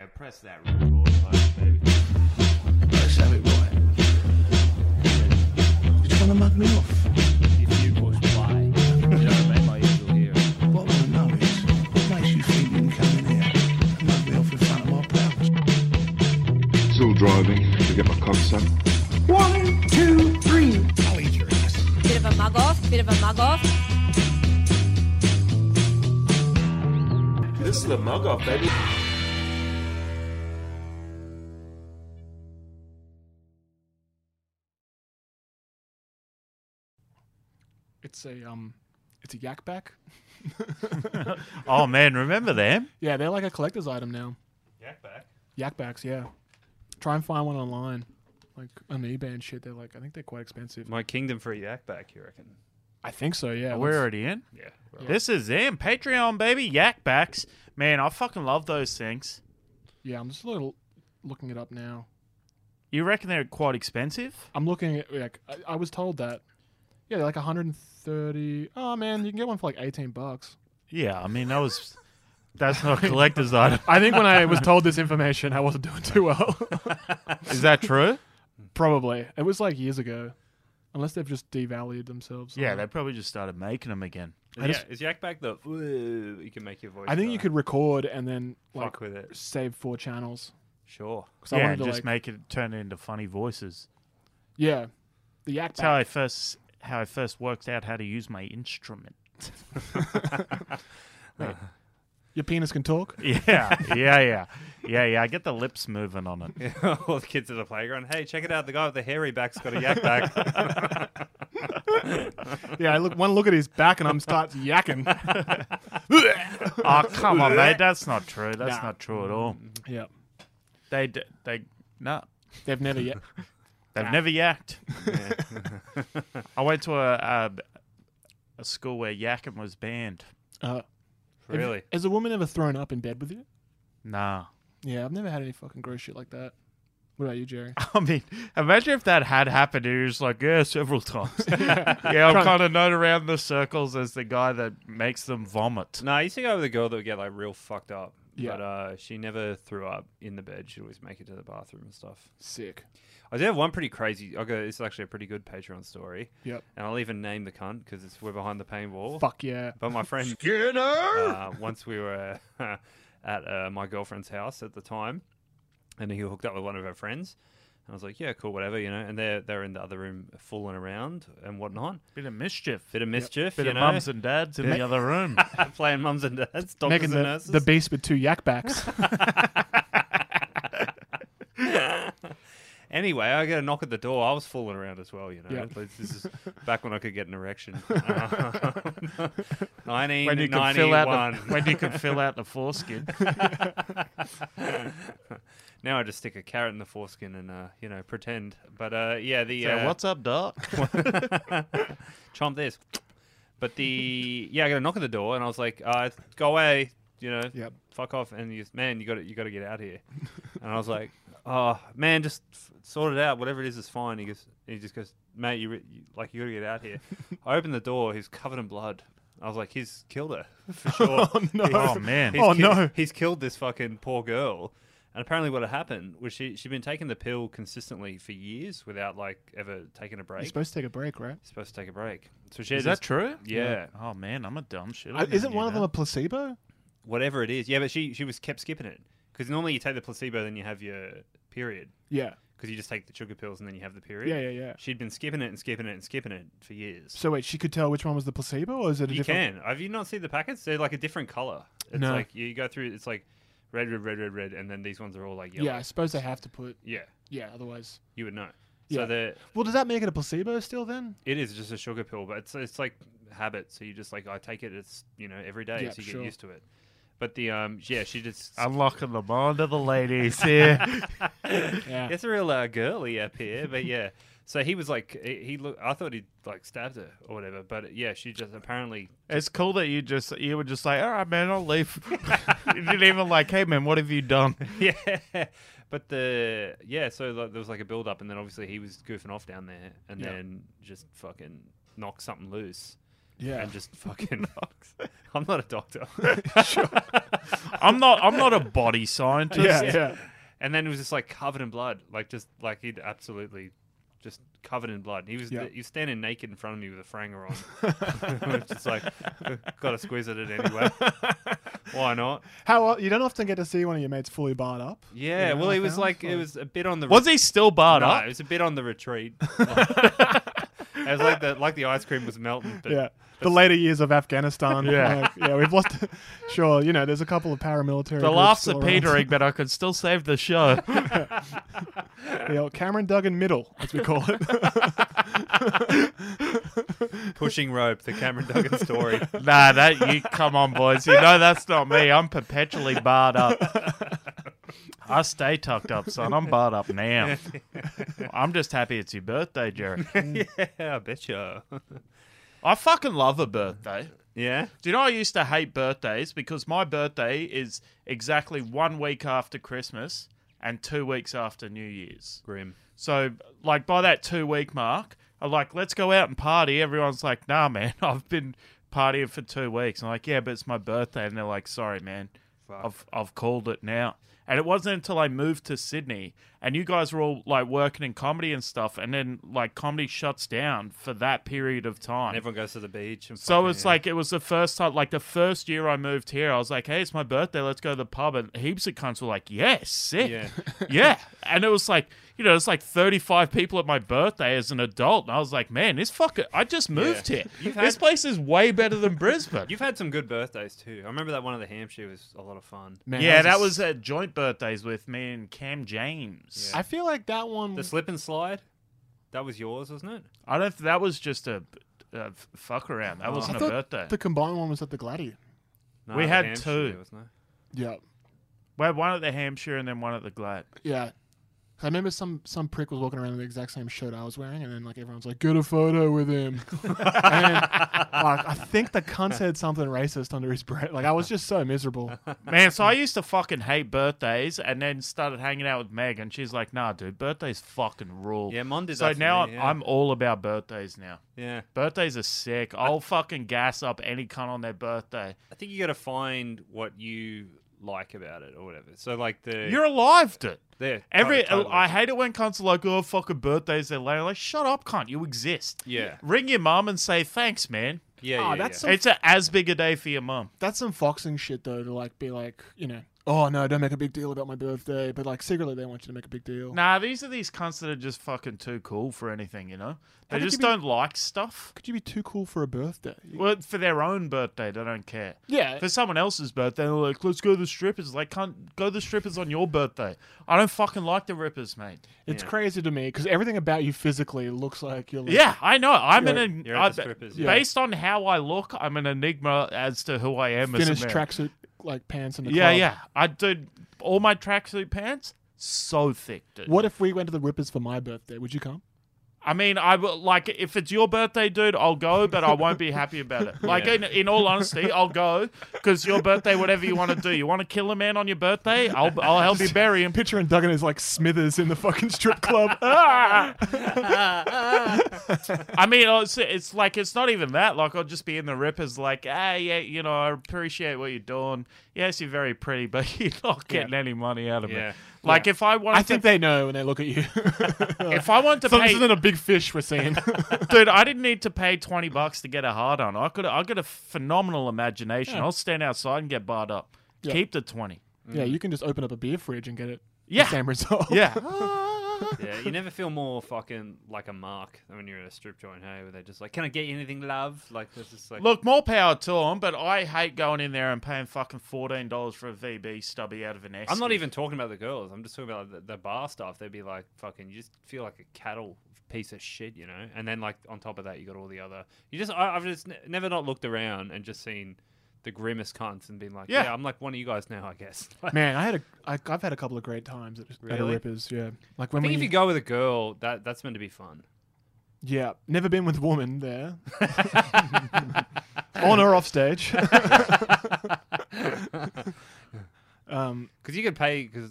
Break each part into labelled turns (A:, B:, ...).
A: Yeah, press that record button, baby.
B: Let's have it right. Did you want to mug me off?
C: If you push play, you know what I mean? Like you'll hear.
B: What I want to know is, what makes you think you can come in here and mug me off in front of my pals?
D: Still driving to get my cocks up.
E: One, two, three.
B: I'll eat your ass.
F: Bit of a mug off, bit of a mug off.
G: This is the mug off, baby.
H: It's a um, it's a yak back.
I: Oh man, remember them?
H: Yeah, they're like a collector's item now.
A: Jack back.
H: Yak backs, yeah. Try and find one online, like on eBay and shit. They're like, I think they're quite expensive.
C: My kingdom for a yak back, you reckon?
H: I think so, yeah.
I: We're
H: Let's-
I: already in.
C: Yeah.
I: This is them. Patreon baby, yak backs. Man, I fucking love those things.
H: yeah, I'm just a little looking it up now.
I: You reckon they're quite expensive?
H: I'm looking at like I, I was told that. Yeah, they're like 130. Oh man, you can get one for like 18 bucks.
I: Yeah, I mean that was that's not a collector's item.
H: I think when I was told this information, I wasn't doing too well.
I: Is that true?
H: Probably it was like years ago, unless they've just devalued themselves.
I: Yeah, they probably just started making them again.
C: Yeah, is yak back the "Ooh," you can make your voice?
H: I think you
C: go,
H: could record and then like
C: fuck with it.
H: save four channels.
C: Sure.
H: 'Cause I
I: Yeah,
H: wanted
I: and
H: to
I: just
H: like,
I: make it turn it into funny voices.
H: Yeah. The yak
I: That's how
H: back.
I: I first how I first worked out how to use my instrument.
H: Your penis can talk.
I: Yeah, yeah, yeah. Yeah, yeah. I get the lips moving on it.
C: All the kids at the playground. Hey, check it out. The guy with the hairy back's got a yak back.
H: Yeah, I look one look at his back and I'm starts yakking.
I: Oh come on, mate, that's not true. That's
H: Nah.
I: not true at all.
H: yeah.
I: They d- they no.
H: They've never yet.
I: They've never yacked. I went to a, a a school where yakking was banned.
H: Uh, have-
C: really?
H: Has a woman ever thrown up in bed with you?
I: Nah.
H: Yeah, I've never had any fucking gross shit like that. What about you, Jerry?
I: I mean, imagine if that had happened. It was like, yeah, several times. yeah, I'm kind of known around the circles as the guy that makes them vomit.
C: No, I used to go with a girl that would get like real fucked up.
H: Yeah.
C: But uh, she never threw up in the bed. She'd always make it to the bathroom and stuff.
H: Sick.
C: I did have one pretty crazy. Okay, this is actually a pretty good Patreon story.
H: Yep.
C: And I'll even name the cunt because it's we're behind the paywall.
H: Fuck yeah.
C: But my friend Skinner. Uh, once we were at uh, my girlfriend's house at the time, and he hooked up with one of her friends, and I was like, "Yeah, cool, whatever," you know. And they're they're in the other room fooling around and whatnot,
I: Bit of mischief.
C: bit of mischief,
I: Bit
C: you
I: of
C: know,
I: mums and dads in the other room.
C: playing mums and dads, doctors
H: Making
C: and
H: the,
C: nurses.
H: the beast with two yak backs.
C: anyway, I get a knock at the door. I was fooling around as well, you know.
H: Yeah.
C: Like, This is back when I could get an erection. Nineteen
I: When you can fill out the, when you can fill out the foreskin.
C: now I just stick a carrot in the foreskin and uh, you know pretend. But uh, yeah, the
I: Yeah.
C: uh,
I: what's up, doc?
C: chomp this. But the yeah, I got a knock at the door, and I was like, uh, "Go away," you know,
H: Yep.
C: fuck off. And he's, man, you got to you got to get out here. and I was like, "Oh man, just f- sort it out. Whatever it is, is fine." He goes, he just goes, "Mate, you, re- you like you got to get out here." I opened the door. He's covered in blood. I was like, "He's killed her for sure."
H: oh, no.
I: oh man.
C: He's ki- He's killed this fucking poor girl. And apparently, what had happened was she she'd been taking the pill consistently for years without like ever taking a break.
H: You're supposed to take a break, right?
C: supposed to take a break. So she
I: Is
C: had
I: that
C: this-
I: true?
C: Yeah.
I: Oh man, I'm a dumb shit. I
H: Uh,
I: never
H: Isn't
I: knew
H: one of them
I: that.
H: a placebo?
C: Whatever it is, yeah. But she she was kept skipping it because normally you take the placebo, then you have your period
H: Yeah.
C: because you just take the sugar pills and then you have the period.
H: Yeah, yeah, yeah.
C: She'd been skipping it and skipping it and skipping it for years.
H: So wait, she could tell which one was the placebo, or is it a
C: you
H: different?
C: can. Have you not seen the packets? They're like a different color. It's
H: No.
C: like you go through. It's like red, red, red, red, red, and then these ones are all like yellow.
H: Yeah, I suppose they have to put.
C: Yeah.
H: Yeah, otherwise.
C: You would know.
H: Yeah.
C: So the
H: Well, does that make it a placebo still then?
C: it is just a sugar pill, but it's it's like habit. So you just like I take it. It's you know every day,
H: Yep,
C: so you
H: sure.
C: get used to it. But the um yeah, she just
I: Unlocking the mind of the ladies here.
H: Yeah.
C: It's a real uh, girly up here, but yeah. So he was like, he, he looked. I thought he like stabbed her or whatever, but uh, yeah, she just apparently.
I: It's cool that you just you were just like, all right, man, I'll leave. you didn't even like, hey, man, what have you done?
C: Yeah, but the yeah, so like, there was like a build up, and then obviously he was goofing off down there, and
H: Yeah.
C: then just fucking knocked something loose,
H: Yeah.
C: and just fucking I'm not a doctor.
I: I'm not. I'm not a body scientist.
H: yeah, yeah.
C: and then it was just like covered in blood, like just like he'd absolutely just covered in blood. He was
H: Yeah.
C: he was standing naked in front of me with a franger on. It's just like got to squeeze at it anyway. Why not?
H: How you don't often get to see one of your mates fully barred up.
C: Yeah.
H: You know,
C: well,
H: I
C: it was
H: found,
C: like it was a bit on the
I: Was he still barred
C: no, it
I: up?
C: was a bit on the retreat. it was like the like the ice cream was melting. But
H: Yeah, the later years of Afghanistan.
I: Yeah.
H: like, yeah, we've lost. sure, you know, there's a couple of paramilitary.
I: The
H: groups
I: laughs
H: still
I: are
H: around.
I: petering, but I could still save the show.
H: The old Cameron Duggan middle, as we call it.
C: pushing rope, the Cameron Duggan story.
I: nah, that you come on, boys. You know that's not me. I'm perpetually barred up. I stay tucked up, son. I'm barred up now. I'm just happy it's your birthday, Jerry.
C: yeah, I bet you.
I: I fucking love a birthday.
C: Yeah.
I: Do you know I used to hate birthdays because my birthday is exactly one week after Christmas and two weeks after New Year's.
C: Grim.
I: So, like, by that two week mark, I'm like, let's go out and party. Everyone's like, nah, man, I've been partying for two weeks. I'm like, yeah, but it's my birthday. And they're like, sorry, man, I've, I've called it now. And it wasn't until I moved to Sydney and you guys were all like working in comedy and stuff. And then, like, comedy shuts down for that period of time.
C: And everyone goes to the beach. And
I: So
C: fucking-
I: it's like it was the first time, like the first year I moved here. I was like, "Hey, it's my birthday. Let's go to the pub." And heaps of cunts were like, "Yes, sick,
C: Yeah.
I: yeah. And it was like, you know, it's like thirty-five people at my birthday as an adult, and I was like, "Man, this fucker, I just moved
C: Yeah.
I: here.
C: You've had-
I: This place is way better than Brisbane."
C: You've had some good birthdays too. I remember that one of the Hampshire was a lot of fun.
H: Man,
I: yeah, that
H: a-
I: was at joint birthdays with me and Cam James.
C: Yeah.
H: I feel like that one.
C: The slip and slide, that was yours, wasn't it?
I: I don't. That was just a, a f- fuck around.
C: Oh.
I: That
H: I
I: wasn't a
H: thought
I: birthday.
H: the combined one was at the Gladiator.
C: No,
I: We
C: the
I: had
C: Hampshire,
I: two.
C: wasn't it?
H: Yeah,
I: We had one at the Hampshire and then one at the Glad.
H: yeah. 'Cause I remember some some prick was walking around in the exact same shirt I was wearing, and then like everyone's like, "Get a photo with him." and then, like, I think the cunt said something racist under his breath. Like I was just so miserable.
I: Man, so I used to fucking hate birthdays and then started hanging out with Meg, and she's like, nah, dude, birthdays fucking rule.
C: Yeah, Mon did
I: So
C: that for
I: now
C: me,
I: I'm-
C: yeah.
I: I'm all about birthdays now.
C: Yeah.
I: Birthdays are sick. I'll fucking gas up any cunt on their birthday.
C: I think you got to find what you like about it or whatever. So like the
I: You're alive, dude.
C: there,
I: Every
C: totally, totally.
I: I hate it when cunts are like, oh, fucking birthdays, they're late. I'm Like, shut up, cunt. You exist.
C: Yeah.
I: Ring your mum and say thanks, man.
C: yeah,
H: Oh,
C: yeah,
H: that's
C: yeah.
H: Some-
I: It's a, as big a day for your mum.
H: That's some foxing shit though to like be like, you know, oh no, don't make a big deal about my birthday, but like secretly they want you to make a big deal.
I: Nah, these are these cunts that are just fucking too cool for anything, you know? They
H: could you
I: just
H: be-
I: don't like stuff.
H: Could you be too cool for a birthday?
I: Well, for their own birthday, they don't care.
H: yeah,
I: For someone else's birthday, they're like, let's go to the strippers. Like, can't go to the strippers on your birthday. I don't fucking like the rippers, mate.
H: it's
C: yeah.
H: crazy to me because everything about you physically looks like you're. Like,
I: Yeah, I know. I'm
H: You're-
I: an
C: you're at the
I: I-
C: strippers, yeah.
I: based on how I look. I'm an enigma as to who I am. as a
H: finished
I: man.
H: tracksuit like pants in the
I: Yeah,
H: club.
I: yeah. I did all my tracksuit pants so thick, dude.
H: What if we went to the Rippers for my birthday? Would you come?
I: I mean, I will- like if it's your birthday, dude. I'll go, but I won't be happy about it. Like in, in all honesty, I'll go because your birthday, whatever you want to do, you want to kill a man on your birthday, I'll I'll help you bury him.
H: Picture and Duggan is like Smithers in the fucking strip club. Ah!
I: I mean, it's, it's like it's not even that. Like I'll just be in the rippers, like, ah, yeah, you know, I appreciate what you're doing. Yes, you're very pretty, but you're not getting any money out of
C: Yeah.
I: it. Like if I wanted,
H: I think
I: to,
H: they know when they look at you.
I: if I wanted to
H: so
I: pay,
H: this isn't a big fish we're seeing.
I: dude, I didn't need to pay twenty bucks to get a hard on. I could, I got a phenomenal imagination. I'll stand outside and get barred up.
H: Yeah.
I: Keep the twenty.
H: yeah, you can just open up a beer fridge and get it.
I: Yeah.
H: The same result.
I: Yeah.
C: yeah, you never feel more fucking like a mark than when you're at a strip joint, hey, where they're just like, "Can I get you anything, love?" Like, there's just like,
I: Look, more power to them, but I hate going in there and paying fucking fourteen dollars for a VB stubby out of an S.
C: I'm not even talking about the girls. I'm just talking about the, the bar stuff. They'd be like, fucking, you just feel like a cattle piece of shit, you know? And then, like, on top of that, you got all the other. You just, I, I've just ne- never not looked around and just seen the grimmest cunts and been like, yeah,
I: Yeah.
C: I'm like one of you guys now, I guess. Like,
H: Man, I had a, I, I've had a couple of great times at, at a
C: Really?
H: Rippers. Yeah, like when
C: I think if
H: we,
C: you go with a girl, that that's meant to be fun.
H: yeah, never been with a woman there, on or off stage. um, Um,
C: Because you could pay, because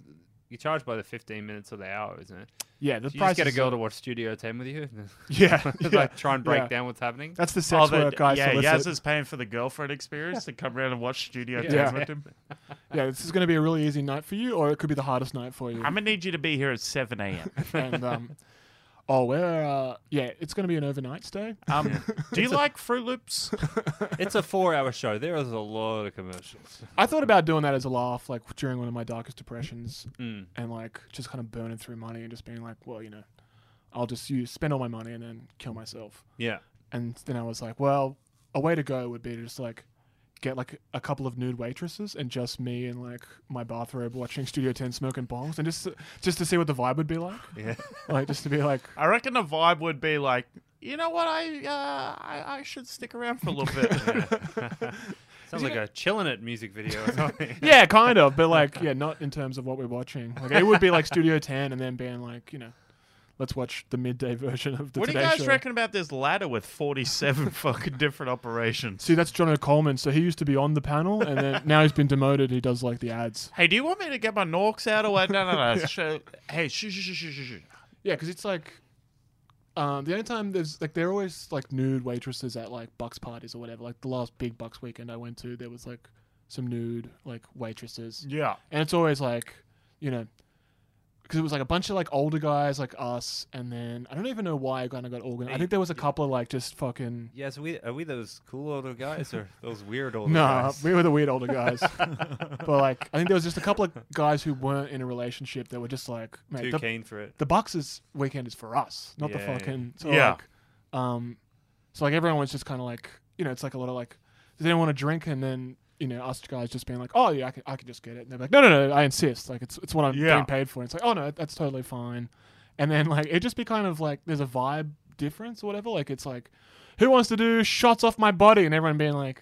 C: you charge by the 15 minutes or the hour, isn't it?
H: Yeah, the
C: Do you
H: price
C: just get a
H: is-
C: girl to watch Studio 10 with you?
H: Yeah, yeah,
C: like, try and break
H: yeah.
C: down what's happening?
H: That's the sex
I: Oh, the,
H: work guy.
I: yeah, Yaz
H: solicit.
I: is paying for the girlfriend experience to come around and watch Studio
C: Yeah.
I: 10
H: Yeah.
I: with him.
H: yeah, this is going to be a really easy night for you, or it could be the hardest night for you.
I: I'm going to need you to be here at 7 a.m.
H: and um, oh, we're uh, yeah, it's going to be an overnight stay.
I: Um, do you like Fruit Loops?
C: it's a four hour show. There is a lot of commercials.
H: I thought about doing that as a laugh, like during one of my darkest depressions,
C: Mm.
H: and like just kind of burning through money and just being like, well, you know, I'll just use spend all my money and then kill myself.
C: Yeah.
H: And then I was like, well, a way to go would be to just like get like a couple of nude waitresses and just me in like my bathrobe watching Studio 10 smoking bongs and just just to see what the vibe would be like.
C: Yeah.
H: Like just to be like,
I: I reckon the vibe would be like, you know what, I uh, I, I should stick around for a little bit.
C: Sounds like a chillin' it music video or something.
H: yeah, kind of, but like yeah, not in terms of what we're watching. Like it would be like Studio 10 and then being like, you know, let's watch the midday version of the
I: What do you
H: Today
I: guys
H: Show.
I: reckon about this ladder with 47 fucking different operations?
H: See, that's John O'Coleman. So he used to be on the panel, and then now he's been demoted. He does like the ads.
I: Hey, do you want me to get my Norks out or what? No, no, no. Show- Hey, shh, shh, shh, shh, shh, shh.
H: Yeah, because it's like um, the only time there's like they're always like nude waitresses at like bucks parties or whatever. Like the last big bucks weekend I went to, there was like some nude like waitresses,
I: Yeah.
H: and it's always like you know because it was like a bunch of like older guys like us, and then I don't even know why I kind of got organ. I think there was a couple of like just fucking.
C: Yeah, so we, are we those cool older guys or those weird older
H: No,
C: guys?
H: we were the weird older guys. but like, I think there was just a couple of guys who weren't in a relationship that were just like,
C: Too
H: mate, the,
C: keen for it.
H: the Bucks' weekend is for us, not the
C: Yeah, yeah.
H: fucking. So
I: Yeah.
H: like, um, so like everyone was just kind of like, you know, it's like a lot of like, does anyone want to drink? And then you know, us guys just being like, oh yeah, I can, I can just get it. And they're like, no, no, no, I insist. Like it's it's what I'm
I: Yeah.
H: getting paid for. And it's like, oh no, that's totally fine. And then like it just be kind of like there's a vibe difference or whatever. Like it's like, who wants to do shots off my body? And everyone being like,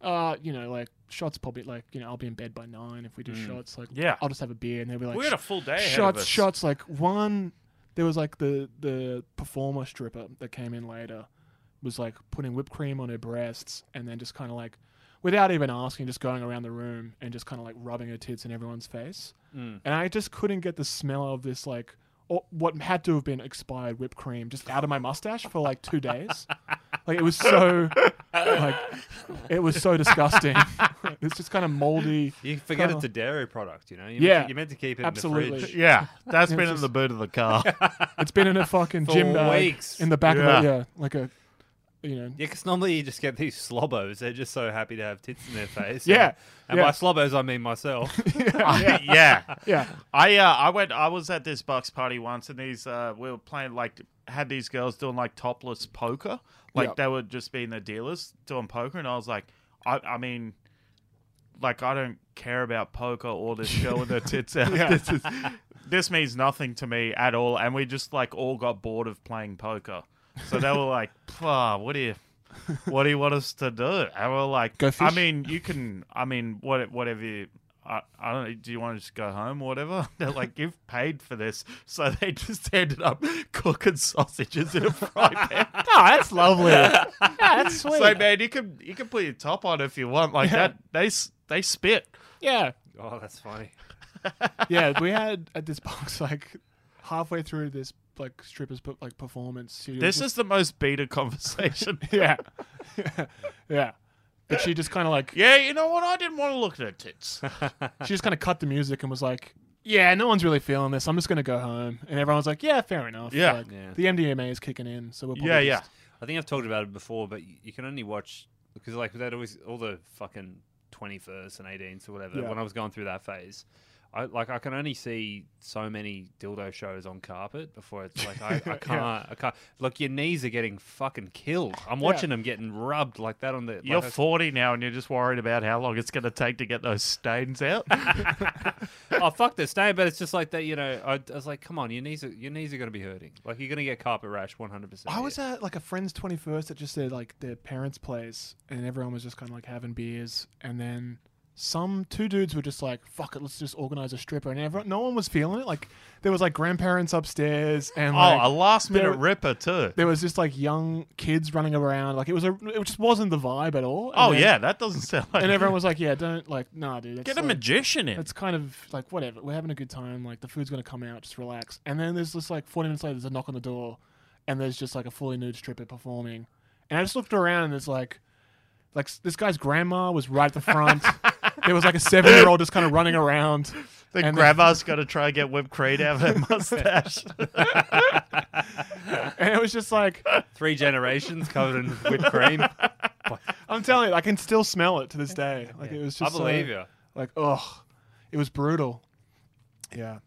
H: uh, you know, like shots probably like you know I'll be in bed by nine if we do shots. Like
I: Mm. Yeah.
H: I'll just have a beer. And they'll be like,
I: We had a full day ahead of
H: shots
I: us.
H: shots like one there was like the the performer stripper that came in later was like putting whipped cream on her breasts and then just kind of like without even asking just going around the room and just kind of like rubbing her tits in everyone's face
I: Mm.
H: and i just couldn't get the smell of this like or what had to have been expired whipped cream just out of my mustache for like two days like it was so like it was so disgusting it's just kind of moldy
C: You forget
H: Kinda-
C: it's a dairy product, you know? You
H: Yeah,
C: Meant to, you meant to keep it in
H: absolutely.
C: the fridge.
I: Yeah, that's
H: It's
I: been in
H: just-
I: the boot of the car.
H: It's been in a fucking
C: For
H: gym bag
C: weeks.
H: in the back of it.
I: Yeah.
H: Yeah, like a, you know.
C: Yeah, because normally you just get these slobbos. They're just so happy to have tits in their face.
H: Yeah,
C: And, and
H: yeah.
C: by slobbos, I mean myself.
I: yeah. yeah.
H: Yeah,
I: I uh, I went I was at this bucks party once and these uh we were playing like had these girls doing like topless poker. Like
H: Yep.
I: they were just being the dealers doing poker and I was like I I mean like I don't care about poker or this showing their tits out. This is this means nothing to me at all and we just like all got bored of playing poker. So they were like, "Pah, what do you what do you want us to do? And we're like,
H: Go
I: I
H: fish?
I: mean, you can, I mean, what, whatever. You, I, I don't know. Do you want to just go home or whatever? They're like, you've paid for this. So they just ended up cooking sausages in a fry pan.
H: oh, that's lovely. yeah, that's sweet.
I: so, man, you can, you can put your top on if you want. Like that, they, s- they spit.
H: yeah,
C: oh, that's funny.
H: yeah. We had at this box like halfway through this like strippers put like performance. She was
I: This
H: just-
I: is the most beta conversation.
H: yeah, yeah. But she just kind of like
I: yeah, you know what? I didn't want to look at her tits.
H: she just kind of cut the music and was like, "Yeah, no one's really feeling this. I'm just gonna go home." And everyone's like, "Yeah, fair enough."
I: Yeah.
H: Like,
C: Yeah.
H: The MDMA is kicking in, so we're probably
I: yeah, yeah.
H: just-
C: I think I've talked about it before, but y- you can only watch because like that always all the fucking twenty first and eighteenth or whatever.
H: Yeah.
C: When I was going through that phase, I like I can only see so many dildo shows on carpet before it's like I, I can't I can't look. Your knees are getting fucking killed. I'm watching them getting rubbed like that on the.
I: You're
C: like I-
I: 40 now and you're just worried about how long it's going to take to get those stains out.
C: oh fuck this day, but it's just like that. You know, I, I was like, come on, your knees are your knees are gonna be hurting. Like you're gonna get carpet rash, one hundred percent.
H: I was at like a friend's 21st at just their like their parents' place, and everyone was just kind of like having beers, and then some two dudes were just like, "Fuck it, let's just organize a stripper," and everyone, no one was feeling it. Like there was like grandparents upstairs, and
I: Oh,
H: like,
I: a last minute
H: there-
I: ripper too.
H: there was just like young kids running around. Like it was a, it just wasn't the vibe at all. And
I: Oh
H: then-
I: yeah, that doesn't sound like.
H: and everyone was like, "Yeah, don't like, nah, dude, it's
I: get a
H: like-
I: magician in.
H: It's kind of like whatever. We're having a good time. Like the food's gonna come out. Just relax. And then there's just like 40 minutes later, there's a knock on the door, and there's just like a fully nude stripper performing. And I just looked around, and it's like, like s- this guy's grandma was right at the front. there was like a seven year old just kind of running around.
I: The
H: and-
I: grandma's got to try and get whipped cream out of her mustache.
H: And it was just like,
C: Three generations covered in whipped cream.
H: I'm telling you, I can still smell it to this day. Like it was
C: I
H: just, so-
C: believe you.
H: Like, ugh, it was brutal. Yeah,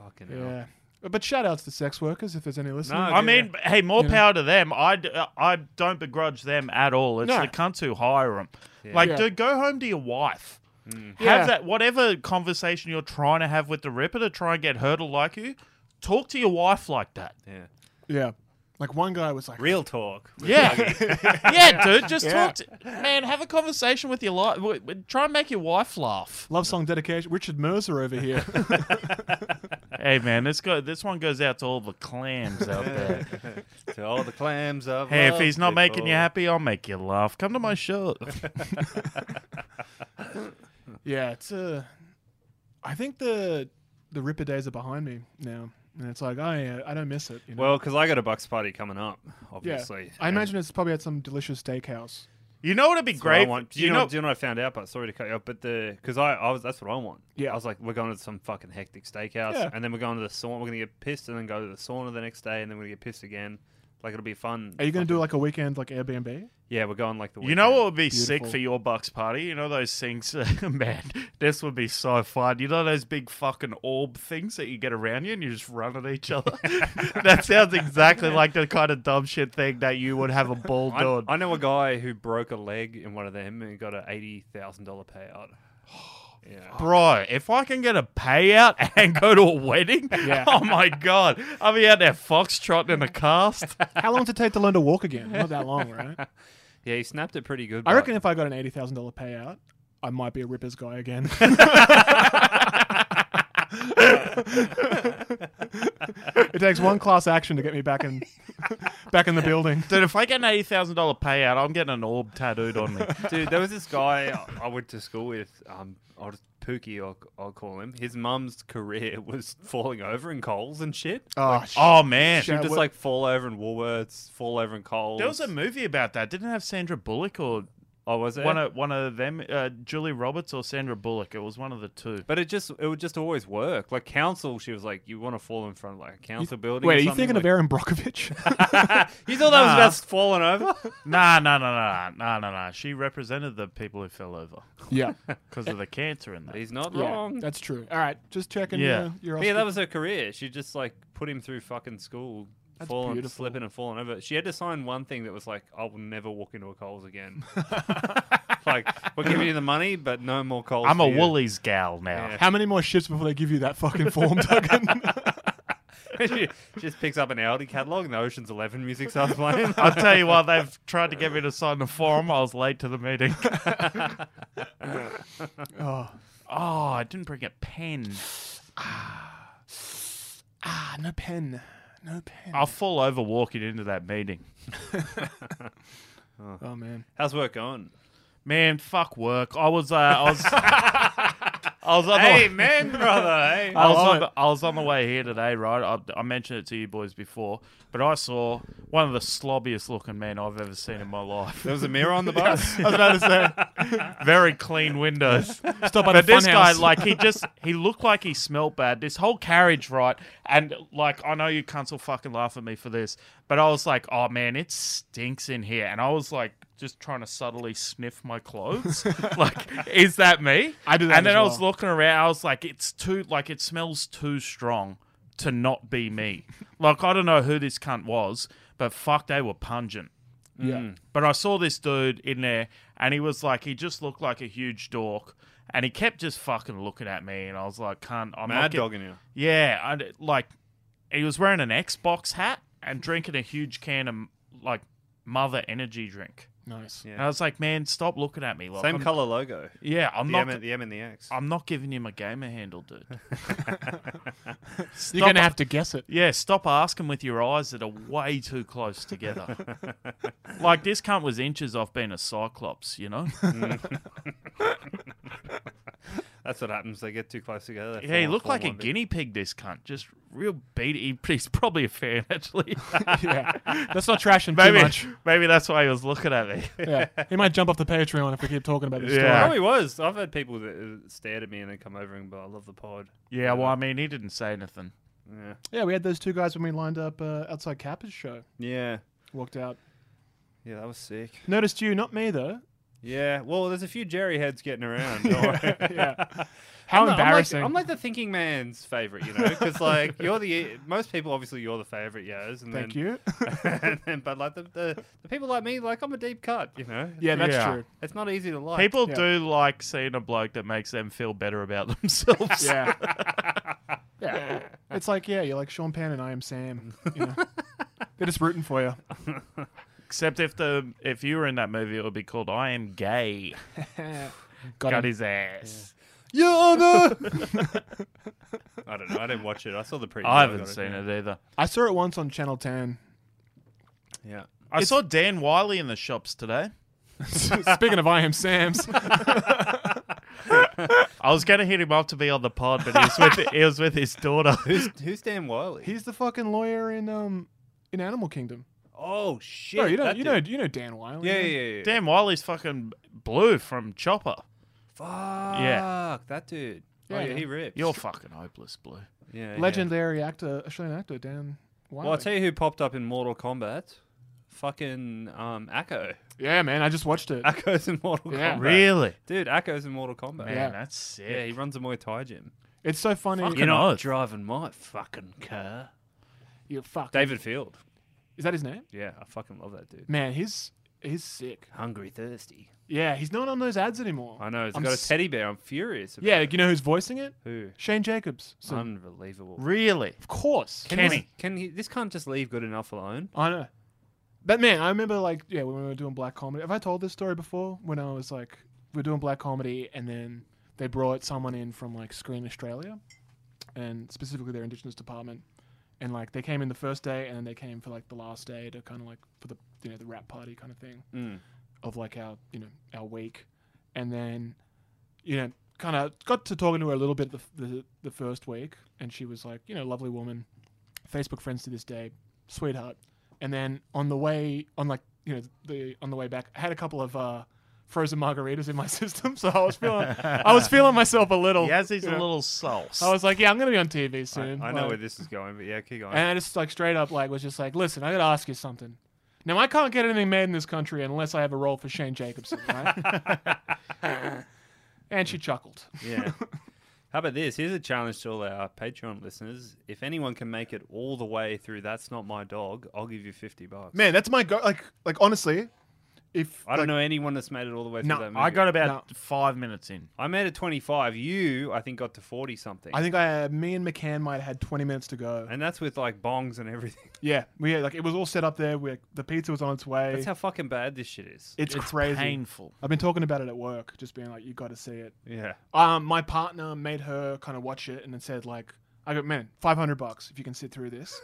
C: Fucking hell.
H: yeah. But, but shout outs to sex workers if there's any listening.
C: No,
I: I mean, hey, more
H: You know?
I: power to them. I, d- I don't begrudge them at all. It's
H: No.
I: the cunts who hire them. Like,
H: Yeah.
I: dude, go home to your wife.
H: Yeah.
I: Have that whatever conversation you're trying to have with the Ripper to try and get her to like you. Talk to your wife like that.
C: Yeah.
H: yeah. Like one guy was like,
C: Real talk.
I: Yeah, yeah, dude. Just
H: Yeah.
I: talk. To, man, have a conversation with your life. Try and make your wife laugh.
H: Love song dedication. Richard Mercer over here.
I: Hey, man, this go. This one goes out to all the clams out there.
C: to all the clams of
I: Hey, if
C: love,
I: he's not making you
C: people.
I: happy, I'll make you laugh. Come to my show.
H: yeah, it's uh, I think the the Ripper days are behind me now, and it's like I uh, I don't miss it. You know?
C: Well, because I got a bucks party coming up,
H: yeah,
C: obviously.
H: I
C: And
H: imagine it's probably at some delicious steakhouse.
I: You know what'd be
C: that's what I
I: great?
C: want. Do
I: You
C: you, know,
I: know,
C: do you know what I found out? But sorry to cut you off, but the because I, I was that's what I want.
H: Yeah.
C: I was like, we're going to some fucking hectic steakhouse,
H: Yeah.
C: and then we're going to the sauna. We're gonna get pissed, and then go to the sauna the next day, and then we're gonna get pissed again. Like it'll be fun.
H: Are you gonna do like a weekend like Airbnb?
C: Yeah, we're going like the.
I: you know what
C: weekend.
I: would be sick
H: Beautiful.
I: for your bucks party? You know those things, man. This would be so fun. You know those big fucking orb things that you get around you and you just run at each other. that sounds exactly like the kind of dumb shit thing that you would have a ball doing.
C: I, I know a guy who broke a leg in one of them and got an eighty thousand dollar payout. Yeah.
I: Bro, if I can get a payout and go to a wedding, oh my god, I'll be out there foxtrotting in a cast.
H: How long does it take to learn to walk again? Not that long, right?
C: yeah, he snapped it pretty good.
H: I
C: but-
H: reckon if I got an eighty thousand dollar payout, I might be a Rippers guy again. it takes one class action to get me back in back in the building.
I: Dude, if I get an eighty thousand dollar payout, I'm getting an orb tattooed on me.
C: Dude, there was this guy I- I went to school with. Um, I'll just Pookie, I'll, I'll call him. His mum's career was falling over in Coles and shit.
H: Oh, sh-
I: Oh man,
C: She'd
H: yeah,
C: just
H: what-
C: like fall over in Woolworths, fall over in Coles.
I: there was a movie about that. Didn't it have Sandra Bullock or
C: oh, was it?
I: one of one of them, uh, Julie Roberts or Sandra Bullock? It was one of the two.
C: but it just it would just always work. Like council, she was like, "You want to fall in front of like a council building?"
H: Wait,
C: or
H: are you
C: something?"
H: thinking of
C: like,
H: Aaron Brockovich?
C: You thought that was
I: Nah.
C: about falling over?
I: Nah, nah, nah, nah, nah, nah, nah. She represented the people who fell over
H: yeah.
I: because of the cancer in that.
C: He's not
H: Yeah,
C: wrong.
H: That's true. All right, just checking.
I: Yeah.
H: Yeah, your,
C: But yeah, that was her career. She just like put him through fucking school,
H: That's
C: falling,
H: beautiful.
C: slipping, and falling over. She had to sign one thing that was like, "I will never walk into a Coles again." like, we're giving you the money, but no more Coles.
I: I'm a
C: for you.
I: Woolies gal now.
C: Yeah.
H: How many more shifts before they give you that fucking form, Duggan?
C: she just picks up an Audi catalog and the Ocean's Eleven music starts playing.
I: I'll tell you what, they've tried to get me to sign the form. I was late to the meeting.
H: oh.
I: Oh, I didn't bring a pen.
H: Ah, no pen. No pen.
I: I'll fall over walking into that meeting.
H: Oh, man.
C: How's work going?
I: Man, fuck work. I was, uh, I was, I was on the.
C: Amen, brother. Hey.
I: I was,
H: love
I: on the, I was on the way here today, right? I, I mentioned it to you boys before, but I saw one of the slobbiest looking men I've ever seen in my life.
C: There was a mirror on the bus.
I: I was about to say, very clean windows.
H: Stop by
I: But
H: the
I: this guy,
H: funhouse.
I: like, he just he looked like he smelt bad. This whole carriage, right? And like, I know you cunts will fucking laugh at me for this, but I was like, oh man, it stinks in here, and I was like. Just trying to subtly sniff my clothes. like, is that me?
H: I do that
I: And then
H: as
I: I was
H: well.
I: looking around. I was like, it's too, like, it smells too strong to not be me. Like, I don't know who this cunt was, but fuck, they were pungent.
H: Yeah.
I: But I saw this dude in there, and he was like, he just looked like a huge dork, and he kept just fucking looking at me, and I was like, "Can't I'm not
C: Mad
I: get-
C: dogging you.
I: Yeah, I, d- like he was wearing an Xbox hat and drinking a huge can of like Mother Energy drink.
H: Nice.
C: Yeah.
I: And I was like, man, stop looking at me. Like,
C: Same
I: I'm-
C: color logo.
I: Yeah, I'm
C: The
I: not.
C: M, and- the M and the X.
I: I'm not giving him a gamer handle, dude.
H: You're
I: Stop-
H: gonna have to guess it.
I: Yeah, stop asking with your eyes that are way too close together. like this cunt was inches off being a cyclops, you know.
C: That's what happens. They get too close together.
I: yeah, he
C: Form-
I: looked
C: form
I: like a
C: one big-
I: guinea pig. This cunt, just real beady. He's probably a fan actually.
H: yeah. That's not trashing
I: maybe,
H: too much.
I: maybe that's why he was looking at me.
H: Yeah. He might jump off the Patreon if we keep talking about this
I: Yeah.
H: story.
C: Probably was. I've had people that uh, stared at me and then come over and go, "I love the pod."
I: yeah, well, I mean, he didn't say anything.
C: Yeah.
H: Yeah, we had those two guys when we lined up uh, outside Kappa's show.
C: Yeah.
H: Walked out.
C: Yeah, that was sick.
H: Noticed you, not me though.
C: Yeah, well, there's a few Jerry heads getting around. don't worry.
H: yeah. How
C: I'm the- I'm like-
H: embarrassing.
C: I'm like, the thinking man's favorite, you know, because like you're the most people. Obviously, you're the favorite, yours. And
H: Thank
C: then,
H: you.
C: and then, but like the, the the people like me, like I'm a deep cut, you know.
H: yeah, that's
I: Yeah.
H: true.
C: It's not easy to like.
I: People
H: Yeah.
I: do like seeing a bloke that makes them feel better about themselves.
H: Yeah. yeah. It's like, yeah, you're like Sean Penn and I am Sam. You know? They're just rooting for you.
I: Except if the if you were in that movie, it would be called "I Am Gay."
H: Got,
I: Got
H: him.
I: his ass.
H: Your Honor!
C: I don't know. I didn't watch it. I saw the preview.
I: I haven't seen it either.
H: I saw it once on Channel 10.
C: Yeah.
I: I saw Dan Wiley in the shops today.
H: Speaking of I am Sam's,
I: I was going to hit him up to be on the pod, but he was with he was with his daughter.
C: Who's who's Dan Wiley?
H: he's the fucking lawyer in um in Animal Kingdom.
C: oh shit!
H: Bro, you know
C: that
H: you know
C: dude.
H: you know Dan Wiley.
C: Yeah,
H: right?
C: yeah, yeah. yeah.
I: Dan Wiley's fucking blue from Chopper.
C: Fuck.
I: Yeah.
C: That dude.
H: Yeah,
C: oh yeah,
H: yeah.
C: he rips.
I: You're fucking hopeless, blue.
C: yeah, yeah.
H: Legendary actor, Australian actor Dan Wiley.
C: Well, I'll tell you who popped up in Mortal Kombat. Fucking um, Akko.
H: yeah, man, I just watched it.
C: Akko's in Mortal
H: Yeah.
C: Kombat.
I: Really?
C: Dude, Akko's in Mortal Kombat.
I: Man,
H: Yeah.
I: that's
C: Yeah, he
I: sick.
C: runs a Muay Thai gym.
H: It's so funny.
I: Fucking
C: You're not
I: oath.
C: driving my fucking car.
H: You fuck.
C: David Field.
H: Is that his name?
C: Yeah, I fucking love that dude.
H: Man, he's he's sick.
C: Hungry, thirsty.
H: Yeah, he's not on those ads anymore.
C: I know. He's
H: I'm
C: got
H: s-
C: a teddy bear. I'm furious. About
H: Yeah, you know who's voicing it?
C: Who?
H: Shane Jacobs. So,
C: Unbelievable.
I: Really?
H: of course.
C: Can
I: Kenny.
C: This, can he, this can't just leave good enough alone?
H: I know. But man, I remember like yeah, when we were doing black comedy. Have I told this story before? When I was like, we are doing black comedy, and then they brought someone in from like Screen Australia, and specifically their Indigenous department, and like they came in the first day, and then they came for like the last day to kind of like for the you know the rap party kind of thing
C: Mm.
H: of like our you know our week, and then you know kind of got to talking to her a little bit the, the the first week, and she was like you know lovely woman, Facebook friends to this day, sweetheart. And then on the way on like you know the on the way back, I had a couple of uh, frozen margaritas in my system, so I was feeling I was feeling myself a little.
I: He has his
H: you know.
I: little sauce.
H: I was like, yeah, I'm gonna be on TV
C: I,
H: soon.
C: I know
H: like-
C: where this is going, but yeah, keep going.
H: and I just like straight up like was just like, listen, I gotta ask you something. Now I can't get anything made in this country unless I have a role for Shane Jacobson, right? and she chuckled.
C: Yeah. How about this? Here's a challenge to all our Patreon listeners. If anyone can make it all the way through That's Not My Dog, I'll give you 50 bucks.
H: Man, that's my go- like like honestly, if
C: I don't know anyone that's made it all the way through
H: No,
C: that movie.
I: I got about five minutes in.
C: I made it 25. You, I think, got to 40 something.
H: I think I uh, me and McCann might have had 20 minutes to go.
C: and that's with like bongs and everything.
H: yeah, we had, like it was all set up there. We the pizza was on its way.
C: That's how fucking bad this shit is.
H: it's, crazy.
I: Painful.
H: I've been talking about it at work, just being like, you got to see it.
C: yeah.
H: Um, my partner made her kind of watch it and then said like, I go, man, five hundred bucks if you can sit through this.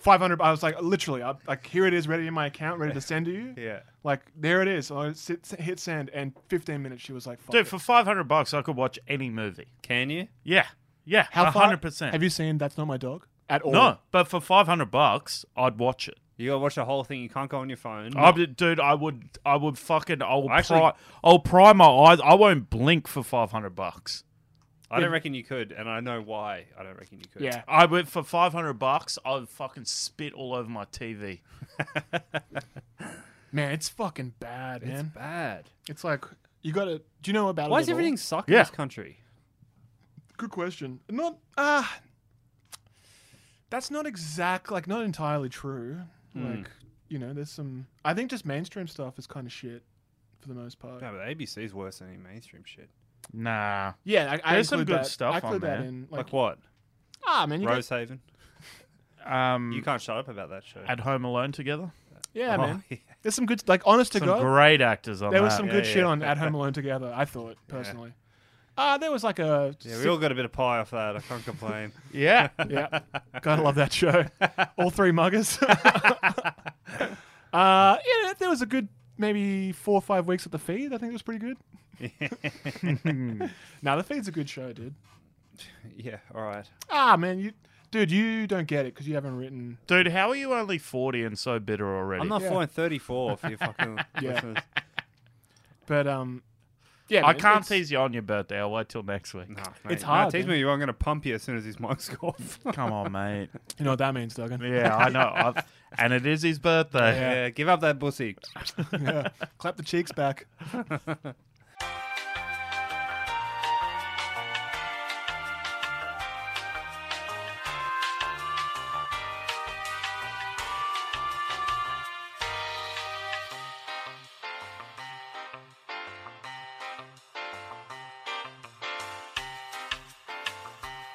H: Five hundred. I was like, literally, I, like here it is, ready in my account, ready to send to you.
C: Yeah.
H: Like there it is. So I sit, hit send, and fifteen minutes, she was like, Fuck
I: Dude,
H: it.
I: for 500 bucks, I could watch any movie.
C: Can you?
I: Yeah. Yeah.
H: How far-
I: 100%.
H: Have you seen That's Not My Dog at all?
I: no, but for 500 bucks, I'd watch it.
C: You gotta watch the whole thing. You can't go on your phone.
I: I would, dude, I would, I would fucking, I'll
C: Mm. Actually-
I: pry, I'll pry my eyes. I won't blink for five hundred bucks.
C: I don't reckon you could, and I know why. I don't reckon you could.
H: Yeah.
I: I would for five hundred bucks. I'd fucking spit all over my TV.
H: Man, it's fucking bad, man.
C: It's
H: It's,
C: bad.
H: like you got to. Do you know about it?
C: Why does
H: at all?
C: everything suck in
I: Yeah.
C: this country?
H: Good question. Not ah. that's not exact. Like not entirely true. Like you know, there's some. I think just mainstream stuff is kind of shit for the most part.
C: No, but ABC's worse than any mainstream shit.
I: Nah,
H: Yeah, I, I
I: There's some
H: include
I: good
H: that-
I: stuff
H: I include
I: on
H: that
I: there.
H: in like,
C: Like, what?
H: ah man, you got,
C: Rosehaven.
I: um,
C: You can't shut up about that show.
I: at home alone together.
H: Yeah,
C: Oh,
H: man.
C: yeah.
H: There's some good, like, honest to
I: Some
H: God.
I: great actors on
H: there
I: that.
H: was some good
C: yeah,
H: shit
C: yeah.
H: on At Home Alone Together, I thought, personally. Uh, there was like a.
C: Yeah, we all got a bit of pie off that. I can't complain.
I: yeah.
H: yeah. Gotta love that show. All three muggers. uh, yeah, there was a good maybe four or five weeks at the feed. I think it was pretty good. now the feed's a good show, dude.
C: yeah, all right.
H: Ah, man, you, dude, you don't get it because you haven't written.
I: Dude, how are you only 40 and so bitter already?
C: I'm not
H: Yeah.
C: flying 34 for your fucking
H: Yeah.
C: listeners.
H: But um, yeah,
I: I
H: man,
I: can't
H: it's-
I: tease you on your birthday. I'll wait till next week.
C: Nah, mate.
H: It's
C: No,
H: hard,
C: tease
H: man.
C: me you. I'm going to pump you as soon as these mics go off.
I: Come on, mate.
H: You know what that means, Duggan?
I: Yeah, I know. I've, and it is his birthday.
C: yeah. give up that pussy.
H: Yeah. Clap the cheeks back.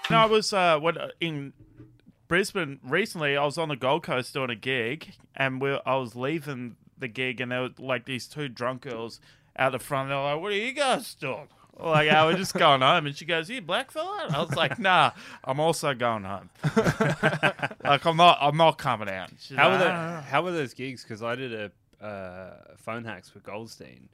I: No, I was uh, when in Brisbane recently. I was on the Gold Coast doing a gig, and we I was leaving the gig, and there were like these two drunk girls out the front. They're like, "What are you guys doing?" Like, I was just going home, and she goes, "You black fella?" And I was like, "Nah, I'm also going home. like, I'm not, I'm not coming out." She's
C: How were,
I: like,
C: the,
I: "Ah."
C: how were those gigs? Because I did a uh, phone hacks with Goldstein.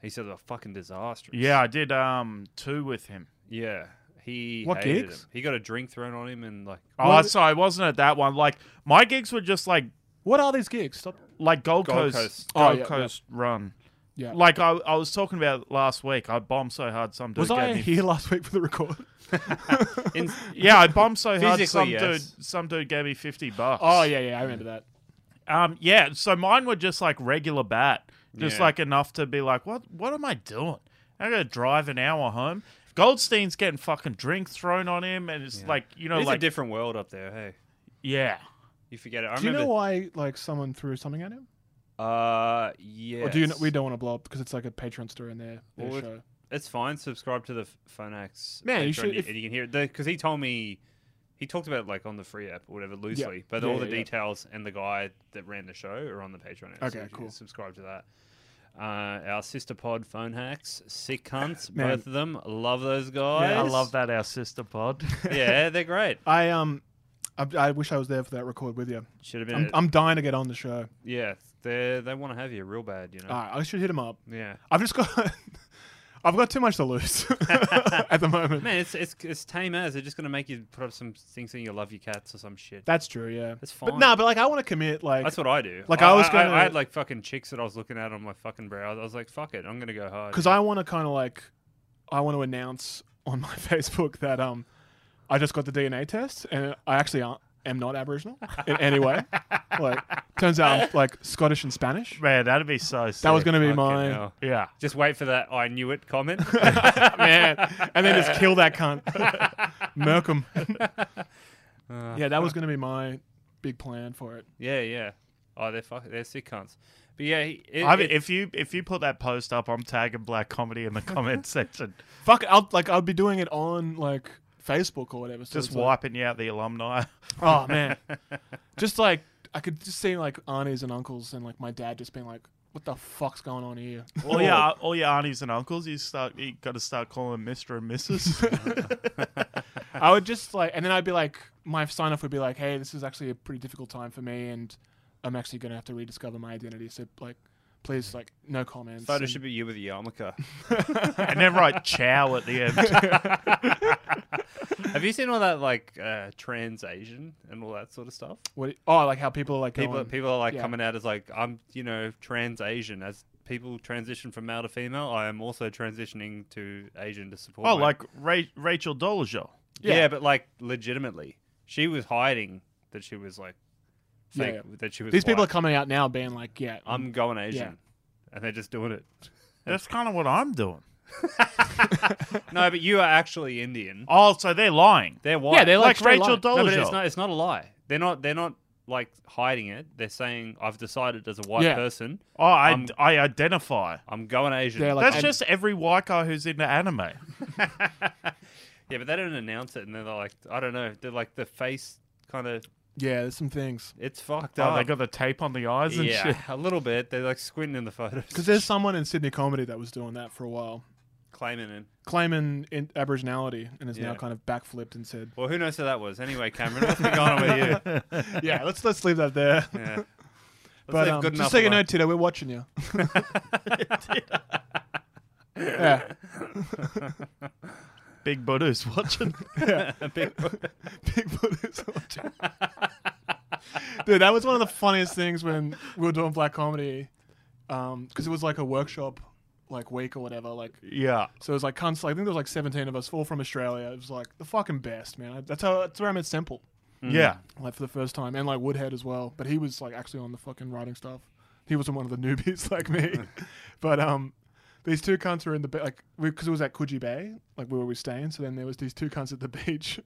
C: He said they were fucking disastrous.
I: Yeah, I did um two with him.
C: Yeah. He
H: What
C: hated
H: gigs?
C: him. He got a drink thrown on him and like
I: Oh,
H: What-
I: sorry, wasn't it that one? Like, my gigs were just like
H: What are these gigs? Stop.
I: like Gold,
C: Gold
I: Coast,
C: Coast.
H: Oh,
I: Gold
H: yeah, yeah.
I: Coast run.
H: Yeah.
I: Like I, I was talking about last week, I bombed so hard some dude
H: was
I: gave
H: I
I: me.
H: here last week for the record?
C: in,
I: Yeah, I bombed so hard
C: Physically,
I: some
C: yes.
I: dude some dude gave me fifty bucks.
H: Oh yeah, yeah, I remember that.
I: Um yeah, so mine were just like regular bat. Just
C: Yeah.
I: like enough to be like, What what am I doing? I gotta drive an hour home. Goldstein's getting fucking drink thrown on him and it's like you know
C: it's a
I: like
C: different world up there, hey.
I: Yeah.
C: You forget it. I
H: Do you
C: remember
H: know why like someone threw something at him?
C: Uh, yeah.
H: Or do you? Know, we don't want to blow up because it's like a Patreon story in their, their
C: Well, if-
H: show.
C: It's fine. Subscribe to the F- Phonax.
H: Man, you
C: Patreon,
H: should-
C: and
H: if-
C: and you can hear it because he told me he talked about it, like on the free app or whatever loosely, but
H: Yeah,
C: all
H: yeah,
C: the
H: yeah.
C: details and the guy that ran the show are on the Patreon. App,
H: Okay,
C: you can
H: cool.
C: Subscribe to that. Uh, our sister pod phone hacks, sick cunts,
H: Man.
C: both of them. Love those guys.
I: I love that our sister pod.
C: yeah, they're great.
H: I um, I, I wish I was there for that record with you.
C: Should have been.
H: I'm,
C: at-
H: I'm dying to get on the show.
C: yeah, they they want to have you real bad. You know.
H: All right, I should hit him up.
C: yeah.
H: I've just got, I've got too much to lose at the moment.
C: Man, it's it's it's tame as they're just gonna make you put up some things saying you love your cats or some shit.
H: That's true. Yeah,
C: That's
H: But
C: fine.
H: no, but like I want to commit. Like
C: That's what I do.
H: Like, I was gonna-
C: I, had like fucking chicks that I was looking at on my fucking browser. I was like, fuck it, I'm gonna go hard.
H: because I want to kind of like, I want to announce on my Facebook that um, I just got the DNA test and I actually aren't, am not Aboriginal in any way. Like, turns out I'm like Scottish and Spanish.
I: Man, that'd be so sick.
H: That was going to be
C: Fucking
H: my
C: hell.
I: Yeah.
C: Just wait for that. I knew it. Comment.
H: man, and then just kill that cunt, Merkham. yeah, that was going to be my big plan for it.
C: yeah, yeah. Oh, they're fuck. They're sick cunts. But yeah, he- it,
I: I mean,
H: e-
C: it-
I: if you if you put that post up, I'm tagging Black Comedy in the comment section,
H: Fuck, I'll like I'll be doing it on like Facebook or whatever. So
I: just
H: it's like-
I: wiping you out the alumni.
H: oh man, just like I could just see like aunties and uncles and like my dad just being like, "What the fuck's going on here?"
I: All your all your aunties and uncles, you start you got to start calling Mister and Mrs.
H: I would just like, and then I'd be like, my sign off would be like, "Hey, this is actually a pretty difficult time for me, and I'm actually going to have to rediscover my identity." So like. Please, like, no comments.
C: photo
H: and-
C: should be you with a yarmulke.
I: and then write "chow" at the end.
C: have you seen all that like uh, trans Asian and all that sort of stuff?
H: What, oh, like how people are like
C: People
H: going,
C: people are like
H: yeah.
C: coming out as like I'm you know trans Asian as. People transition from male to female. I am also transitioning to Asian to support.
I: Oh,
C: my-
I: like Ra- Rachel Dolezal.
H: Yeah.
C: Yeah. but like legitimately, she was hiding that she was like
H: Yeah,
C: fake,
H: yeah.
C: that she was.
H: These people are
C: white.
H: coming out now being like, yeah,
C: I'm going Asian, and they're just doing it.
I: That's kind of what I'm doing.
C: No, but you are actually Indian.
I: Oh, so they're lying.
C: They're white.
H: yeah, they're like,
I: Like
H: straight
I: Rachel
H: line.
I: Dolezal.
C: no, but it's not. It's not a lie. They're not. They're not like hiding it. They're saying I've decided as a white
H: Yeah.
C: person,
I: Oh, I
C: Um,
I: I identify.
C: I'm going Asian.
H: They're like-
I: That's
H: and-
I: just every white guy who's into anime.
C: yeah, but they don't announce it, and then they're like, I don't know. They're like the face kind of
H: Yeah, there's some things.
C: It's fucked
I: Oh,
C: up.
I: they got the tape on the eyes and
C: yeah,
I: shit.
C: a little bit. They're like squinting in the photos.
H: Because there's someone in Sydney comedy that was doing that for a while,
C: claiming it.
H: claiming in Aboriginality, and has now
C: Yeah.
H: kind of backflipped and said,
C: Well, who knows who that was? Anyway, Cameron, what's been going on with you?
H: "Yeah, let's let's leave that there."
C: Yeah. Let's
H: but
C: leave
H: um,
C: good
H: just
C: enough
H: take a
C: alone.
H: note, Tito. We're watching you. yeah,
I: Big Buddha's watching.
H: Bigfoot is watching. Dude, that was one of the funniest things when we were doing black comedy, because it was like a workshop, like week or whatever. Like
I: yeah.
H: So it was like cunts. I think there was like 17 of us, all from Australia. It was like the fucking best, man. I, that's how that's where I met Semple,
I: Yeah.
H: like for the first time, and like Woodhead as well. But he was like actually on the fucking writing stuff. He wasn't one of the newbies like me. but um, these two cunts were in the ba- like because it was at Coogee Bay, like where we were staying. So then there was these two cunts at the beach,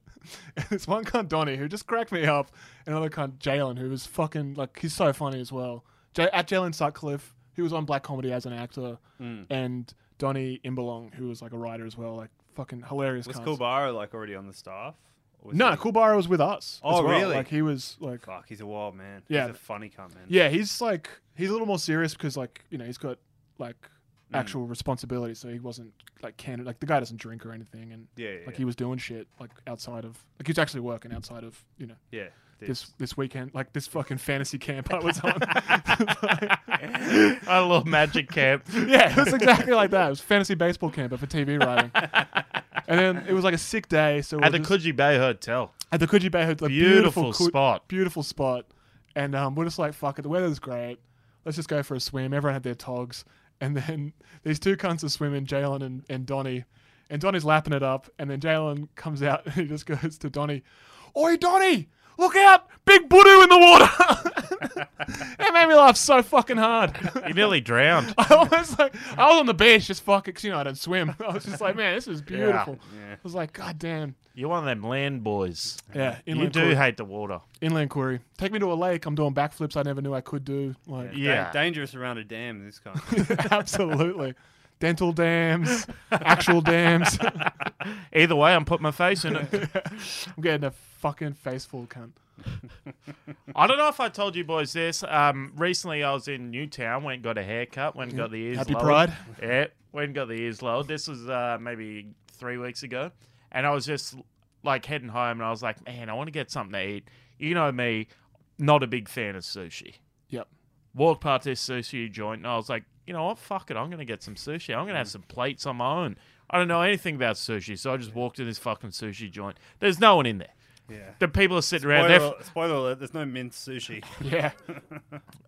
H: and this one cunt Donnie who just cracked me up, and another cunt Jalen who was fucking like he's so funny as well. J- at Jalen Sutcliffe, he was on black comedy as an actor,
C: Mm.
H: and Donnie Imbalong who was like a writer as well, like fucking hilarious.
C: Was
H: cunts.
C: Kulbara like already on the staff? Or was
H: No,
C: he-
H: Kulbara was with us.
C: Oh,
H: as well.
C: really?
H: Like he was like
C: Fuck, he's a wild man.
H: Yeah.
C: He's a funny cunt, man.
H: yeah, he's like he's a little more serious because like you know he's got like
C: Mm.
H: actual responsibility, so he wasn't like can like the guy doesn't drink or anything, and
C: Yeah, yeah,
H: like
C: yeah.
H: he was doing shit like outside of like he was actually working outside of you know
C: Yeah.
H: this this weekend like this fucking fantasy camp I was on.
I: I love Magic Camp.
H: yeah, it was exactly like that. It was fantasy baseball camp but for TV writing, and then it was like a sick day, so we're
I: At the
H: just-
I: Coogee Bay Hotel.
H: at the Coogee Bay Hotel. a
I: Beautiful
H: Coo-
I: spot.
H: Beautiful spot. And um, we're just like, fuck it, the weather's great. Let's just go for a swim. Everyone had their togs. And then these two cunts are swimming, Jalen and, and Donnie. And Donnie's lapping it up. And then Jalen comes out and he just goes to Donnie, Oi, Donnie, look out! Big Buddha in the water! it made me laugh so fucking hard.
I: You nearly drowned.
H: I was like, I was on the beach just fucking, because you know I don't swim. I was just like, man, this is beautiful. I was like, god damn.
I: You're one of them land boys.
H: Yeah,
I: You
H: inland
I: do
H: Coo-
I: hate the water.
H: Inland query. Take me to a lake. I'm doing backflips I never knew I could do. Like,
I: Yeah.
C: Da- dangerous around a dam, this cunt.
H: absolutely. Dental dams, actual dams. I'm
I: Either way, I'm putting my face in it.
H: getting a fucking face full, cunt.
I: I don't know if I told you boys this. Um, recently, I was in Newtown, went and got a haircut, went and got the ears
H: Happy
I: lowered.
H: Pride.
I: Yeah, went and got the ears lowered. This was uh, maybe three weeks ago. And I was just like heading home and I was like, man, I want to get something to eat. You know me, not a big fan of sushi.
H: Yep.
I: Walked past this sushi joint and I was like, you know what? Fuck it. I'm going to get some sushi. I'm going
H: Mm.
I: to have some plates on my own. I don't know anything about sushi. So I just walked to this fucking sushi joint. There's no one in there.
C: Yeah.
I: The people are sitting around.
C: Spoiler,
I: They're,
C: spoiler alert, there's no minced sushi.
H: Yeah.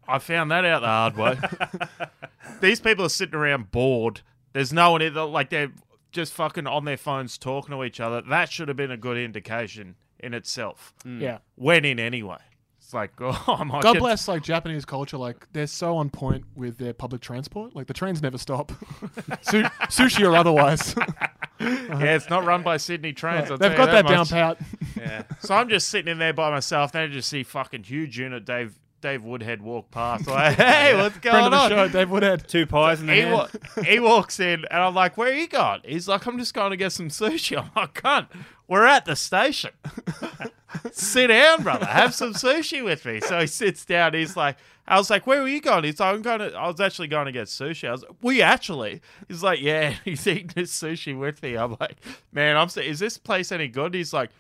I: I found that out the hard way. These people are sitting around bored. There's no one either. Like they're just fucking on their phones talking to each other. That should have been a good indication in itself.
H: Yeah.
I: Went in anyway. It's like, oh, I might
H: Mm. God
I: get-
H: bless like Japanese culture. Like they're so on point with their public transport. Like the trains never stop, Su- sushi or otherwise.
I: Yeah, it's not run by Sydney Trains. I'll
H: They've
I: tell
H: got
I: you
H: that,
I: that
H: down
I: much.
H: pat.
C: Yeah.
I: So I'm just sitting in there by myself. Then I just see fucking huge unit Dave Dave Woodhead walk past. Like, hey, what's going
H: Friend of the
I: on?
H: show, Dave Woodhead.
C: Two pies in the
I: he,
C: hand.
I: wa- he walks in and I'm like, where you going? He's like, I'm just going to get some sushi. I'm like, cunt, we're at the station. Sit down, brother. Have some sushi with me. So he sits down. He's like, I was like, where were you going? He's like, I'm going to, I was actually going to get sushi. I was like, we actually? He's like, yeah. He's eating his sushi with me. I'm like, man, I'm, so- is this place any good? He's like,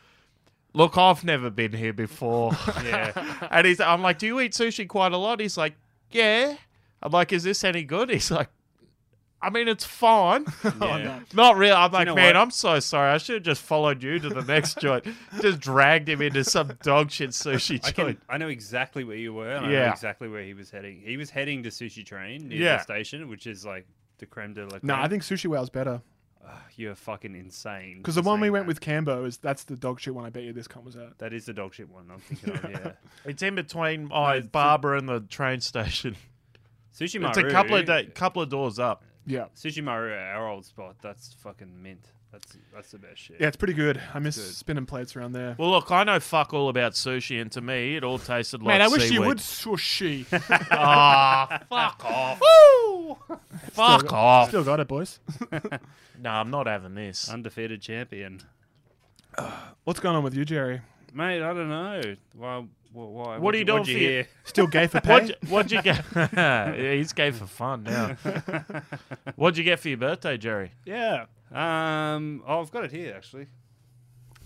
I: look, I've never been here before. yeah. And he's, I'm like, do you eat sushi quite a lot? He's like, yeah. I'm like, is this any good? He's like, I mean, it's fine.
C: Yeah.
I: Not really. I'm like,
C: know
I: man,
C: what?
I: I'm so sorry. I should have just followed you to the next joint. Just dragged him into some dog shit sushi
C: I,
I: joint.
C: can, I know exactly where you were, and I know
I: Yeah.
C: exactly where he was heading. He was heading to Sushi Train near
I: Yeah.
C: the station, which is like the creme de la creme.
H: No, I think Sushi Wow's better
C: you're fucking insane.
H: because
C: for
H: the one we
C: saying
H: went
C: that.
H: with Cambo is that's the dog shit one. I bet you this cunt was at.
C: That is the dog shit one I'm thinking of, yeah.
I: It's in between my
C: it's-
I: barber and the train station.
C: Sushi Maru.
I: It's a couple of da- couple of doors up.
H: Yeah.
C: Sushi Maru, our old spot, that's fucking mint. That's that's the best shit.
H: Yeah, it's pretty good. I miss spinning plates around there.
I: Well, look, I know fuck all about sushi, and to me, it all tasted like
H: Man, I wish
I: seaweed.
H: you would sushi.
I: Ah, fuck off. Fuck off.
H: Still got it, boys.
I: No, I'm not having this.
C: Undefeated champion.
H: What's going on with you, Jerry?
C: mate, I don't know. Why? Why? why
I: What are you doing
C: what'd
I: for your-
C: hear?
H: Still gay for pay?
I: What'd, you- what'd you get? Yeah, He's gay for fun now. what'd you get for your birthday, Jerry?
C: Yeah. Um. Oh, I've got it here actually.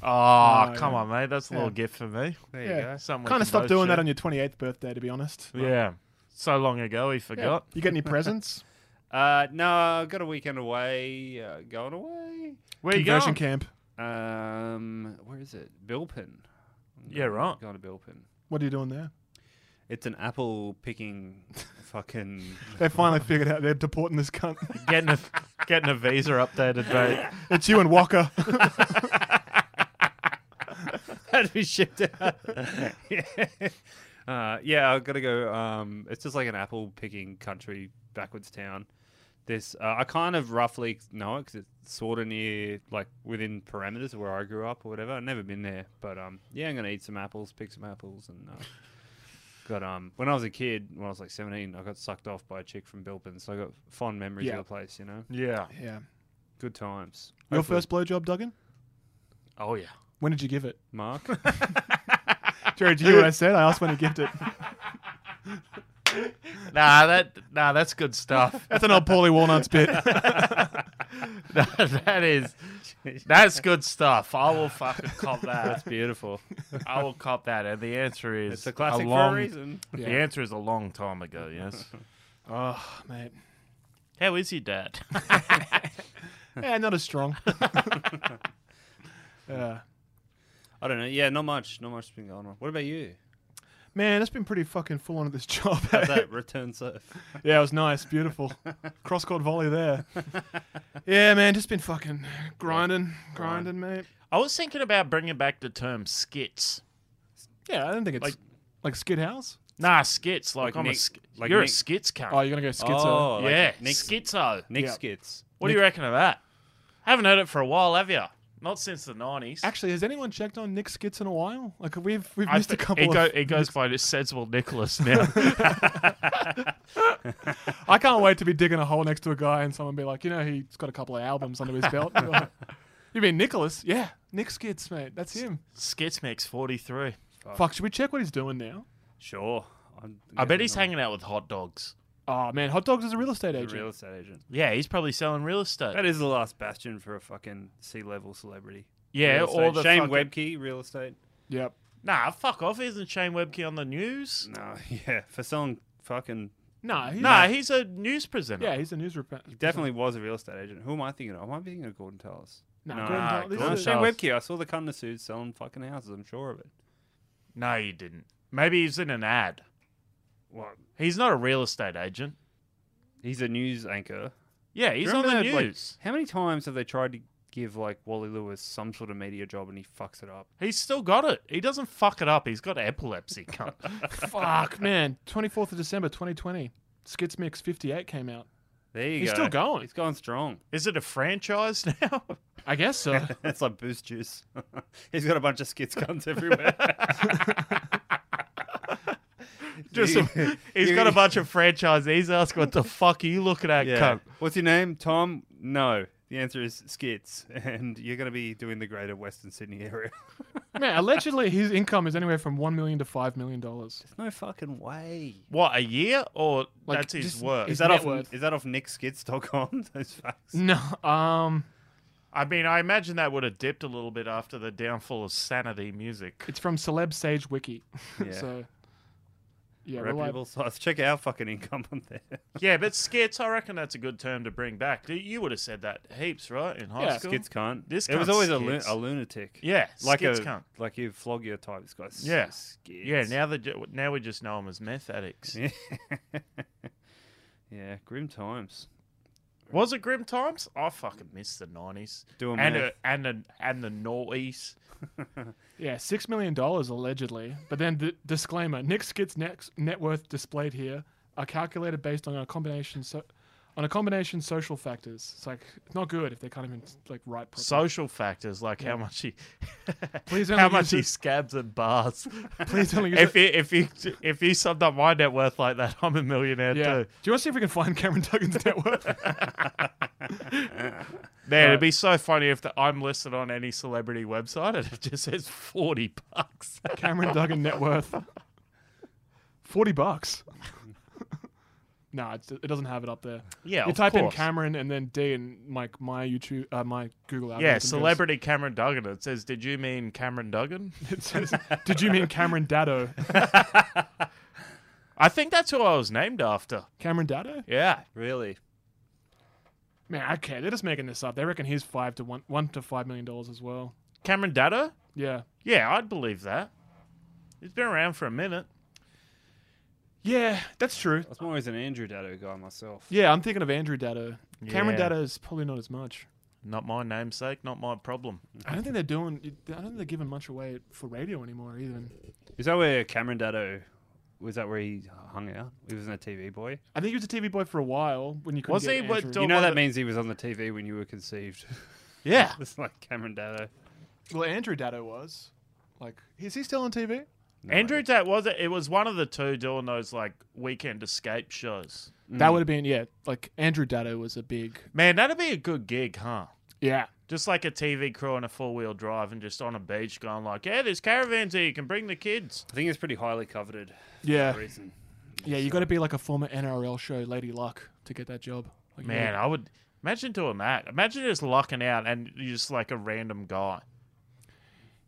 I: Oh,
H: Oh,
I: come
H: yeah.
I: on, mate. That's a little
H: Yeah.
I: gift for me.
C: There you
H: yeah.
C: go.
I: Something we
H: Kind
I: can
H: of stopped
I: both
H: doing
I: share.
H: that on your 28th birthday, to be honest.
I: Yeah. So long ago, he forgot.
H: You get any presents?
C: Uh, no, I got a weekend away. Uh, going away.
I: Where you
H: Conversion
I: going?
H: camp.
C: Um, where is it? Bilpin.
I: Yeah, right.
C: Going to Bilpin.
H: What are you doing there?
C: It's an apple picking, fucking.
H: They finally figured out they're deporting this cunt.
I: Getting a getting a visa updated, mate.
H: it's you and Walker.
C: Had to be shipped out. yeah. Uh, yeah, I've got to go. Um, it's just like an apple picking country backwards town. This uh, I kind of roughly know it because it's sort of near, like within parameters of where I grew up or whatever. I've never been there, but um, yeah, I'm gonna eat some apples, pick some apples, and uh, got um. When I was a kid, when I was like 17, I got sucked off by a chick from Bilpin, so I got fond memories
H: Yeah.
C: of the place. You know,
I: Yeah.
H: Yeah.
C: good times.
H: Your
C: Hopefully-
H: first blowjob, Duggan?
I: Oh yeah.
H: When did you give it?
C: Mark.
H: Jerry, did you hear what I said? I asked when he gifted it.
I: Nah, that nah, that's good stuff.
H: That's an old Paulie Walnuts bit.
I: That- that is that's good stuff. I will fucking cop that.
C: That's beautiful.
I: I will cop that. And the answer is
C: It's a classic
I: long-
C: for a reason.
I: The
H: Yeah.
I: answer is a long time ago. Yes.
H: oh, mate.
I: How is your dad?
H: Yeah, not as strong. Yeah.
C: I don't know. Yeah, not much. Not much has been going on. What about you?
H: Man, it's been pretty fucking full on at this job.
C: How's that return surf?
H: Yeah, it was nice, beautiful. Cross court volley there. yeah, man, just been fucking grinding, grinding, mate.
I: I was thinking about bringing back the term skits.
H: Yeah, I don't think it's like,
I: Like-
H: skid house.
I: Nah, skits. Like,
C: Like
I: I'm a
C: Nick-
I: sk-
C: like
I: you're
C: Nick-
I: a skits cunt.
H: Oh, you're gonna go schizo.
C: Oh, like
I: yeah,
C: Nick-
I: schizo.
C: Nick
H: Yeah.
C: skits.
I: What do you reckon of that? Haven't heard it for a while, have you? Not since the nineties.
H: Actually, has anyone checked on Nick Skits in a while? Like we've we've
I: I
H: missed a
I: thi-
H: couple.
I: It, go-
H: of,
I: it goes by just sensible Nicholas now.
H: I can't wait to be digging a hole next to a guy and someone be like, you know, he's got a couple of albums under his belt. you mean Nicholas? Yeah, Nick Skits, mate. That's him.
I: Skits makes forty three.
H: Fuck, should we check what he's doing now?
C: Sure. I'm
I: I bet
C: getting
I: he's
C: on
I: hanging out with hot dogs.
H: Oh man, hot dogs is a real estate
C: the
H: agent.
C: real estate agent.
I: Yeah, he's probably selling real estate.
C: That is the last bastion for a fucking sea level celebrity.
I: yeah,
C: Real
I: or
C: estate.
I: the
C: Shane
I: fucking-
C: Webkey, real estate.
H: Yep.
I: Nah, fuck off. Isn't Shane Webke on the news?
C: No, yeah, for selling fucking.
H: No, he's,
I: Nah, he's a news presenter.
H: yeah, he's a news rep.
C: He definitely was a real estate agent. Who am I thinking of? I might be thinking of Gordon Tullis.
H: No,
C: Nah,
H: Gordon Tullis- this
C: No,
I: Gordon
H: is-
C: Shane
I: Tullis.
C: Webkey. I saw the cunt in the suit selling fucking houses. I'm sure of it.
I: No, you didn't. Maybe he's in an ad.
C: What?
I: He's not a real estate agent.
C: He's a news anchor.
I: Yeah, he's
C: Do you
I: on the
C: remember that, like,
I: news.
C: how many times have they tried to give like Wally Lewis some sort of media job and he fucks it up?
I: he's still got it. He doesn't fuck it up. He's got epilepsy. cunt.
H: Fuck, man. 24th of December, 2020. Skits Mix 58 came out.
C: There you
H: He's
C: go.
H: still going.
C: He's going strong.
I: Is it a franchise now?
H: I guess so.
C: That's like boost juice. He's got a bunch of skits guns everywhere.
I: Just a, he's got a bunch of franchisees. Ask what the fuck are you looking at,
C: yeah.
I: cunt?
C: What's your name, Tom? No. The answer is skits, and you're going to be doing the greater Western Sydney area.
H: man, allegedly his income is anywhere from $1 million to $5 million. dollars.
C: There's no fucking way.
I: What a year or
H: Like,
I: that's his
H: just-
I: work?
H: is
C: Is that
H: net
C: off?
H: worth.
C: Is that off nickskits.com? Those facts.
H: No, um,
I: I mean, I imagine that would have dipped a little bit after the downfall of sanity music.
H: it's from Celeb Sage Wiki.
C: Yeah.
H: so, yeah, we're like,
C: Reputable sites. Check our fucking income on there.
I: yeah, but skits, I reckon that's a good term to bring back. Do- You would have said that heaps, right? In high
H: Yeah.
I: school.
C: Skits cunt.
I: This
C: it was
I: cunt's
C: always a, lu-
I: skits.
C: a lunatic.
I: Yeah,
C: like
I: skits
C: a
I: cunt.
C: like you flog your type. This guy's
I: Yeah.
C: skits.
I: Yeah, now they ju- now we just know them as meth addicts.
C: Yeah. yeah, grim times.
I: Was it grim times? I fucking miss the nineties.
C: Doing
I: and
C: meth.
I: a, and a, and the noughties.
H: yeah, $6 million dollars allegedly. But then the disclaimer Nick Skits' net, net worth displayed here are calculated based on a combination. So, on a combination social factors, it's like it's not good if they can't even like write properly.
I: Social factors like how much he,
H: Please
I: how
H: only
I: much
H: use
I: he
H: it-
I: scabs at bars.
H: Please only use it-
I: if you if you if you summed up my net worth like that, I'm a millionaire
H: Yeah.
I: too.
H: Do you want to see if we can find Cameron Duggan's net worth?
I: Man, it'd be so funny if the, I'm listed on any celebrity website and it just says 40 bucks.
H: Cameron Duggan net worth. Forty bucks. nah, it's, it doesn't have it up there.
I: Yeah,
H: you
I: of
H: type in
I: course.
H: Cameron and then D and like my YouTube, uh, my Google. algorithm
I: Yeah,
H: goes-
I: celebrity Cameron Duggan. It says, Did you mean Cameron Duggan?
H: It says, Did you mean Cameron Dado?
I: I think that's who I was named after.
H: Cameron Dado?
I: Yeah.
C: Really?
H: Man, I can't. They're just making this up. They reckon he's five to one, one to five million dollars as well.
I: Cameron Dada?
H: Yeah,
I: Yeah, I'd believe that. He's been around for a minute.
H: yeah, that's true.
C: I was more as an Andrew Dado guy myself.
H: Yeah, I'm thinking of Andrew Dado. Cameron
I: Yeah.
H: Dado is probably not as much.
I: Not my namesake, not my problem.
H: I don't think they're doing. I don't think they're giving much away for radio anymore. Even
C: Is that where Cameron Dado was that where he hung out? He wasn't a TV boy.
H: I think he was a TV boy for a while when you couldn't
I: Was
H: get
I: he? What-
H: Andrew.
I: Don't
C: you know
I: want
C: that
I: the-
C: means he was on the TV when you were conceived.
I: Yeah.
C: it's like Cameron Dado.
H: well, Andrew Dado was. Like, is he still on TV?
I: Andrew Tat was it? It was one of the two doing those like weekend escape shows.
H: That would have been yeah. Like Andrew Dado was a big
I: Man, that'd be a good gig, huh?
H: yeah.
I: Just like a TV crew on a four wheel drive and just on a beach going like, yeah, there's caravans here. You can bring the kids.
C: I think it's pretty highly coveted
H: Yeah,
C: reason.
H: yeah. You got to be like a former NRL show Lady Luck to get that job. Like, you
I: Man,
H: know-
I: I would imagine doing that. Imagine just lucking out and you're just like a random guy.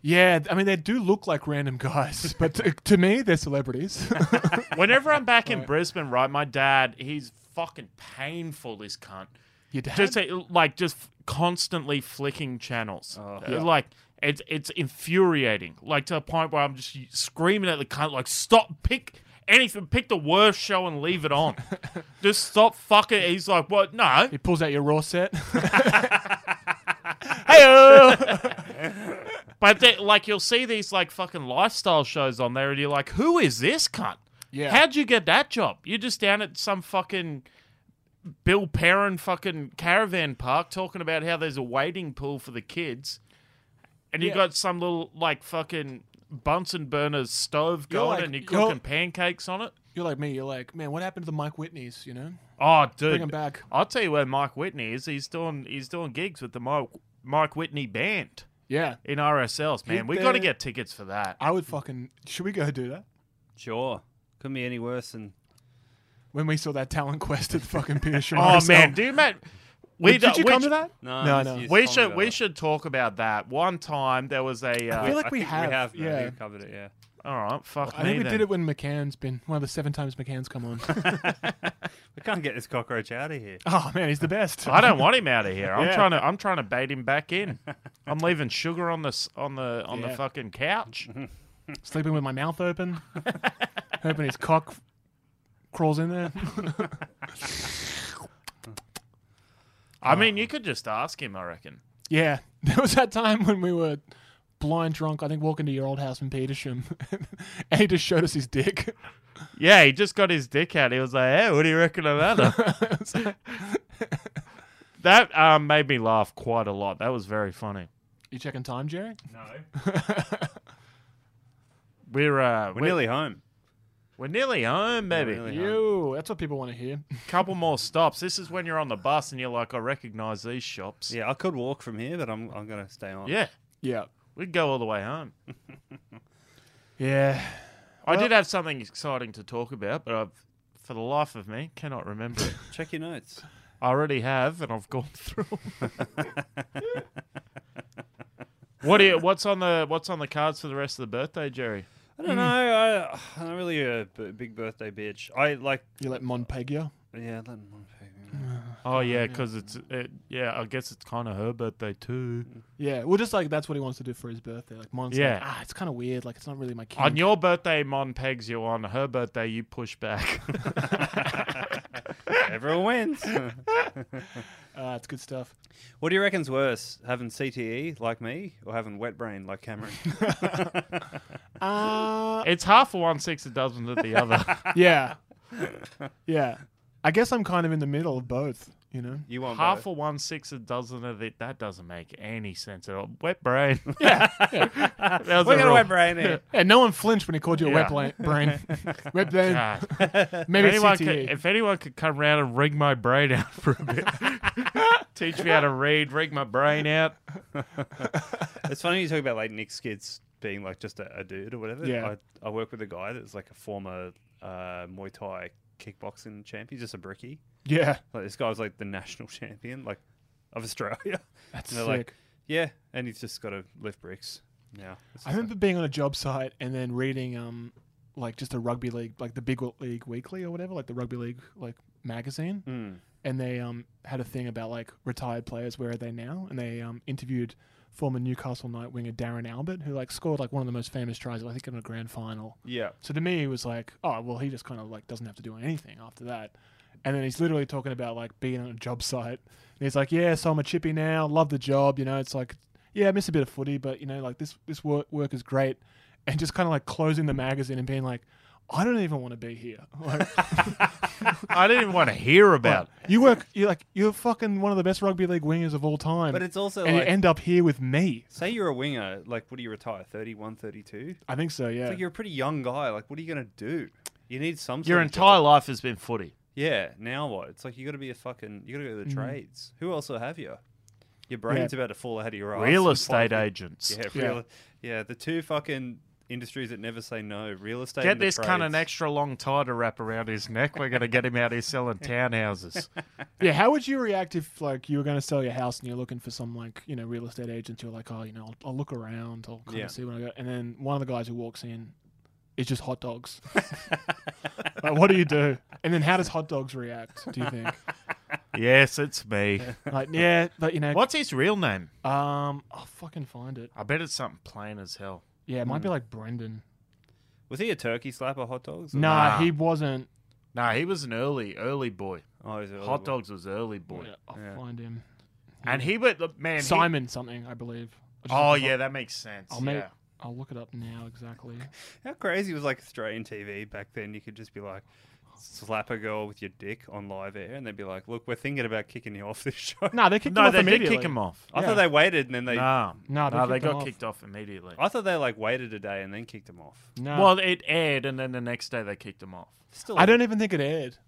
H: yeah. I mean, they do look like random guys, but to, to me, they're celebrities.
I: Whenever I'm back in Brisbane, right, my dad, he's fucking painful. This cunt.
H: Your dad?
I: just uh, like just constantly flicking channels.
H: Oh,
I: Uh, Like it's it's infuriating. Like to a point where I'm just screaming at the cunt, like stop, pick anything, pick the worst show and leave it on. just stop fucking. He's like, what? No,
H: he pulls out your raw set.
I: but they, like you'll see these like fucking lifestyle shows on there, and you're like, who is this cunt?
H: Yeah.
I: how'd you get that job? You're just down at some fucking. Bill Perrin fucking caravan park talking about how there's a wading pool for the kids, and you
H: Yeah.
I: got some little like fucking Bunsen burner stove
H: You're
I: going,
H: like-
I: and you're
H: you're-
I: cooking pancakes on it.
H: You're like me. You're like, man, what happened to the Mike Whitney's? You know,
I: Oh, dude,
H: bring him back.
I: I'll tell you where Mike Whitney is. He's doing he's doing gigs with the Mike Mike Whitney band
H: Yeah,
I: in RSLs. Man,
H: He
I: we got to
H: there.
I: get tickets for that.
H: I would fucking. Should we go do that?
C: Sure. Couldn't be any worse than
H: When we saw that talent quest at fucking Peter
I: Oh man, do you man? We
H: Did you come to that?
C: no.
H: No,
C: he's-
H: no.
C: he's
I: We
C: told me
I: should
C: about
I: we
C: it.
I: should talk about that. One time there was a
H: I
I: uh,
H: feel like we
C: think
H: have,
C: We have. no,
H: yeah.
C: we covered it. Yeah.
I: all right, fuck
H: I
I: me
H: think we
I: then.
H: did it when McCann's been one of the seven times McCann's come on.
C: We can't get this cockroach out of here.
H: oh man, he's the best.
I: I don't want him out of here. I'm
H: Yeah.
I: trying to I'm trying to bait him back in. I'm leaving sugar on the s- on the on
H: Yeah. Uh-huh.
I: the fucking couch.
H: Sleeping with my mouth open, hoping his cock crawls in there.
I: I mean, you could just ask him. I reckon.
H: Yeah, there was that time when we were blind drunk. I think walking to your old house in Petersham, and he just showed us his dick.
I: Yeah, he just got his dick out. He was like, "Hey, what do you reckon of that?" that um, made me laugh quite a lot. That was very funny.
H: You checking time, Jerry?
A: No.
I: We're uh,
C: We're, nearly home.
I: we're nearly home, baby.
C: nearly home.
H: You. That's what people want to hear.
I: couple more stops. This is when you're on the bus and you're like, I recognize these shops.
C: Yeah, I could walk from here, but I'm I'm gonna stay on.
I: Yeah.
H: Yeah.
I: We'd go all the way home.
H: Yeah.
I: I did have something exciting to talk about, but I've, for the life of me, cannot remember it.
C: Check your notes.
I: I already have, and I've gone through. 'em. what do you, What's on the What's on the cards for the rest of the birthday, Jerry?
C: I don't know. I, I'm really a b- big birthday bitch. I like.
H: You let Monpegia?
C: Yeah. Let them pick me.
I: Oh yeah,
C: Mm.
I: because it's it, yeah. I guess it's kind of her birthday too.
C: Mm.
H: Yeah. Well, just like that's what he wants to do for his birthday. Like Mon's
I: Yeah.
H: like, ah, it's kind of weird. Like it's not really my kid.
I: On your birthday, Mon pegs you on. Her birthday, you push back.
C: Everyone wins.
H: Ah, it's good stuff.
C: what do you reckon's worse, having CTE like me, or having wet brain like Cameron?
H: Uh,
I: it's half for one, six a dozen at the other.
H: yeah. Yeah. I guess I'm kind of in the middle of both. You know,
C: You want
I: Half
C: both.
I: or one six a dozen of it. That doesn't make any sense at all. Wet brain.
H: yeah,
I: That was
C: We're
I: a
C: gonna
I: real-
C: wet brain here.
H: yeah. No one flinched when he called you a
I: Yeah.
H: wet bla- brain. wet brain.
I: God. Ah.
H: Maybe E.
I: if anyone,
H: CTE.
I: could, if anyone could come round and rig my brain out for a bit, teach me how to read, rig my brain out.
C: It's funny you talk about like Nick Skids being like just a, a dude or whatever.
H: Yeah.
C: I, I work with a guy that's like a former uh, Muay Thai kickboxing champion, just a brickie.
H: yeah,
C: Like this guy was like the national champion, like of Australia.
H: that's
C: And
H: sick.
C: they're like, yeah, and he's just got to lift bricks now. It's
H: I
C: just
H: remember being on a job site and then reading um like just a rugby league like the Big League Weekly or whatever like the rugby league like magazine
C: like, mm,
H: and they um had a thing about like retired players where are they now and they um interviewed former Newcastle night winger Darren Albert who like scored like one of the most famous tries I think in a grand final
C: yeah.
H: so to me, it was like, oh, well, he just kind of like doesn't have to do anything after that. And then he's literally talking about like being on a job site. And he's like, yeah, so I'm a chippy now. Love the job. You know, it's like, yeah, I miss a bit of footy, but you know, like this this work work is great. And just kind of like closing the magazine and being like, I don't even want to be here. Like,
I: I didn't even want to hear about.
H: you work, you're like, you're fucking one of the best rugby league wingers of all time.
C: But it's also
H: and
C: like,
H: you end up here with me.
C: say you're a winger, like what do you retire? 31, 32?
H: I think so. Yeah.
C: Like you're a pretty young guy. Like what are you gonna do? You need some.
I: Your
C: sort of
I: entire
C: job.
I: life has been footy.
C: Yeah. Now what? It's like you got to be a fucking. You got to go to the
I: Mm-hmm.
C: trades. Who else will have you? Your brain's about to fall out of your ass.
I: Real
C: and
I: estate
C: fucking-
I: agents.
C: Yeah,
H: Yeah.
C: real, yeah. The two fucking industries that never say no: real estate.
I: Get
C: and the
I: this kind of an
C: trades.
I: extra long tie to wrap around his neck. We're going to get him out here selling townhouses.
H: Yeah, how would you react if like you were going to sell your house and you're looking for some like you know real estate agent? You're like, oh, you know, I'll, I'll look around, I'll kind
C: Yeah.
H: of see what I got, and then one of the guys who walks in is just hot dogs. like, what do you do? And then how does hot dogs react? Do you think?
I: yes, it's me.
H: Like, yeah, but you know,
I: What's his real name?
H: Um, I'll fucking find it.
I: I bet it's something plain as hell.
H: Yeah, it might
I: Hmm.
H: be like Brendan.
C: Was he a turkey slapper? Hot dogs? or-
H: Nah, he wasn't.
I: Nah, he was an early, early boy.
C: Oh, he's a
I: Hot dogs was early boy,
H: Yeah, I'll
C: Yeah.
H: find him.
I: and he would look, man. he-
H: Simon something, I believe. I'll just oh,
I: oh
H: look it
I: yeah,
H: up.
I: that makes sense.
H: I'll
I: yeah.
H: make. I'll look it up now exactly.
C: How crazy was like Australian TV back then? You could just be like, slap a girl with your dick on live air, and they'd be like, "Look, we're thinking about kicking you off this show."
H: No, they kicked him
I: no,
H: off
I: they did
H: immediately.
I: kick him off.
C: I
H: yeah.
C: thought they waited and then they.
I: No,
H: No, they
I: no, they
H: kicked him
I: got
H: off. Oh,
I: kicked off immediately.
C: I thought they like waited a day and then kicked him off.
H: No.
I: Well, it aired, and then the next day they kicked him off.
C: Still,
H: I don't even think it aired.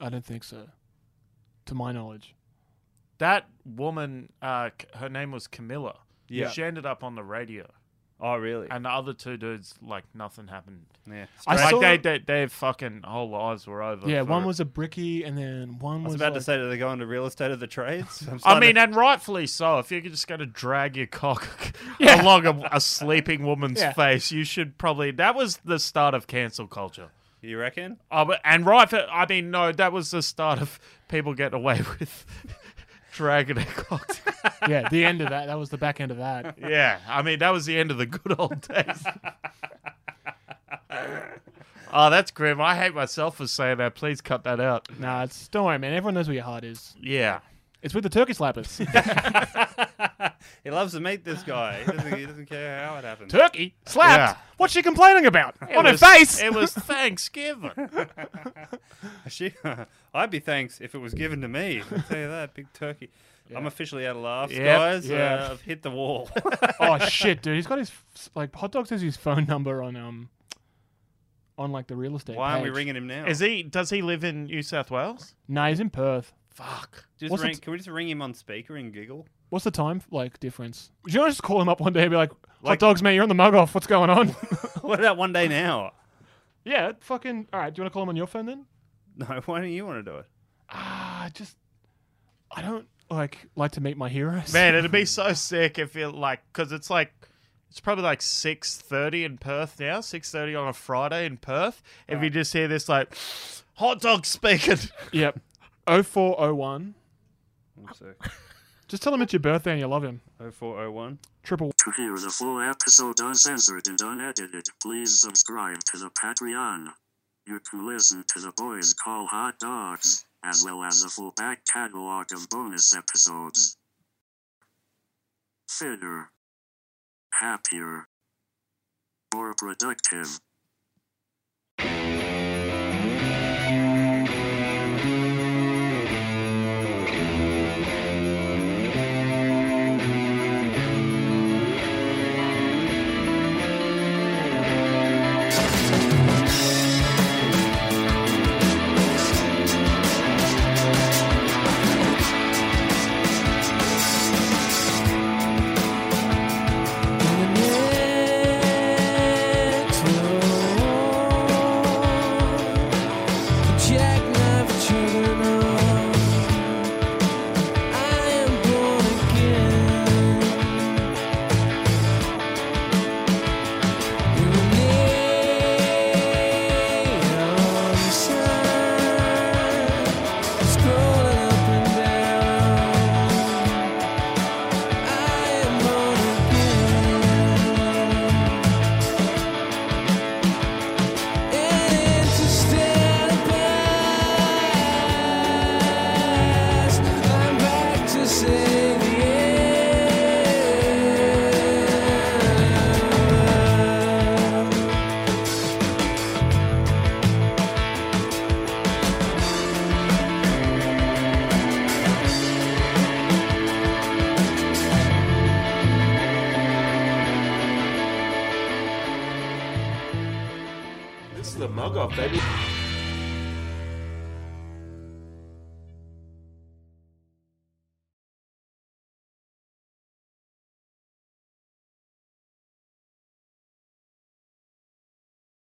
H: I don't think so. To my knowledge.
I: That woman, uh, c- her name was Camilla.
C: Yeah.
I: she ended up on the radio,
C: Oh, really?
I: and the other two dudes, like nothing happened.
C: yeah.
H: I
I: like
H: saw-
I: they, they, their fucking whole lives were over.
H: yeah,
I: for
H: one
I: it.
H: was a bricky, and then one
C: I
H: was.
C: was about to
H: like-
C: say, do they go into real estate of the trades? I'm
I: I
C: starting
I: mean,
C: to-
I: and rightfully so. If you're just going to drag your cock along a, a sleeping woman's
H: Yeah.
I: face, you should probably. That was the start of cancel culture.
C: you reckon?
I: Oh, but, and right, for, I mean, no, that was the start of people getting away with dragging their cocks.
H: yeah, the end of that. That was the back end of that.
I: yeah, I mean, that was the end of the good old days. oh, that's grim. I hate myself for saying that. Please cut that out.
H: Nah, it's don't worry, man. Everyone knows where your heart is.
I: Yeah.
H: It's with the turkey slappers.
C: he loves to meet this guy. He doesn't, he doesn't care how it happened.
H: turkey slapped.
I: Yeah.
H: What's she complaining about? On
I: It
H: her
I: was-
H: face.
I: It was Thanksgiving.
C: She, I'd be thanks if it was given to me. I'll tell you that, big turkey. I'm officially out of laughs,
I: Yep,
C: guys.
H: yeah.
C: Uh, I've hit the wall.
H: oh shit, dude. He's got his like hot dogs has his phone number on um on like the real estate.
C: Why aren't we
H: page.
C: ringing him now?
I: Is he? Does he live in New South Wales?
H: Nah, he's in Perth.
I: Fuck.
C: Just
H: What's
C: ring,
H: it-
C: can we just ring him on speaker and giggle?
H: What's the time like difference? Do you want to just call him up one day and be like, "Hot
C: Like-
H: dogs, mate. You're on the mug off. What's going on?"
C: What about one day now?
H: Yeah, fucking. All right, do you want to call him on your phone then?
C: No, why don't you want to do it?
H: Ah, just I don't like like to meet my heroes.
I: Man, it'd be so sick if it like because it's like it's probably like six thirty in Perth now, six thirty on a Friday in Perth. If you just hear this like hot dog speaking,
H: Yep. 0401.
C: One sec.
H: Just tell him it's your birthday and you love him.
C: 0401.
H: Triple.
G: To hear the full episode uncensored and unedited, please subscribe to the Patreon. You can listen to the boys call hot dogs, as well as the full back catalog of bonus episodes. Fitter, happier, more productive.
J: This is the mug off, baby.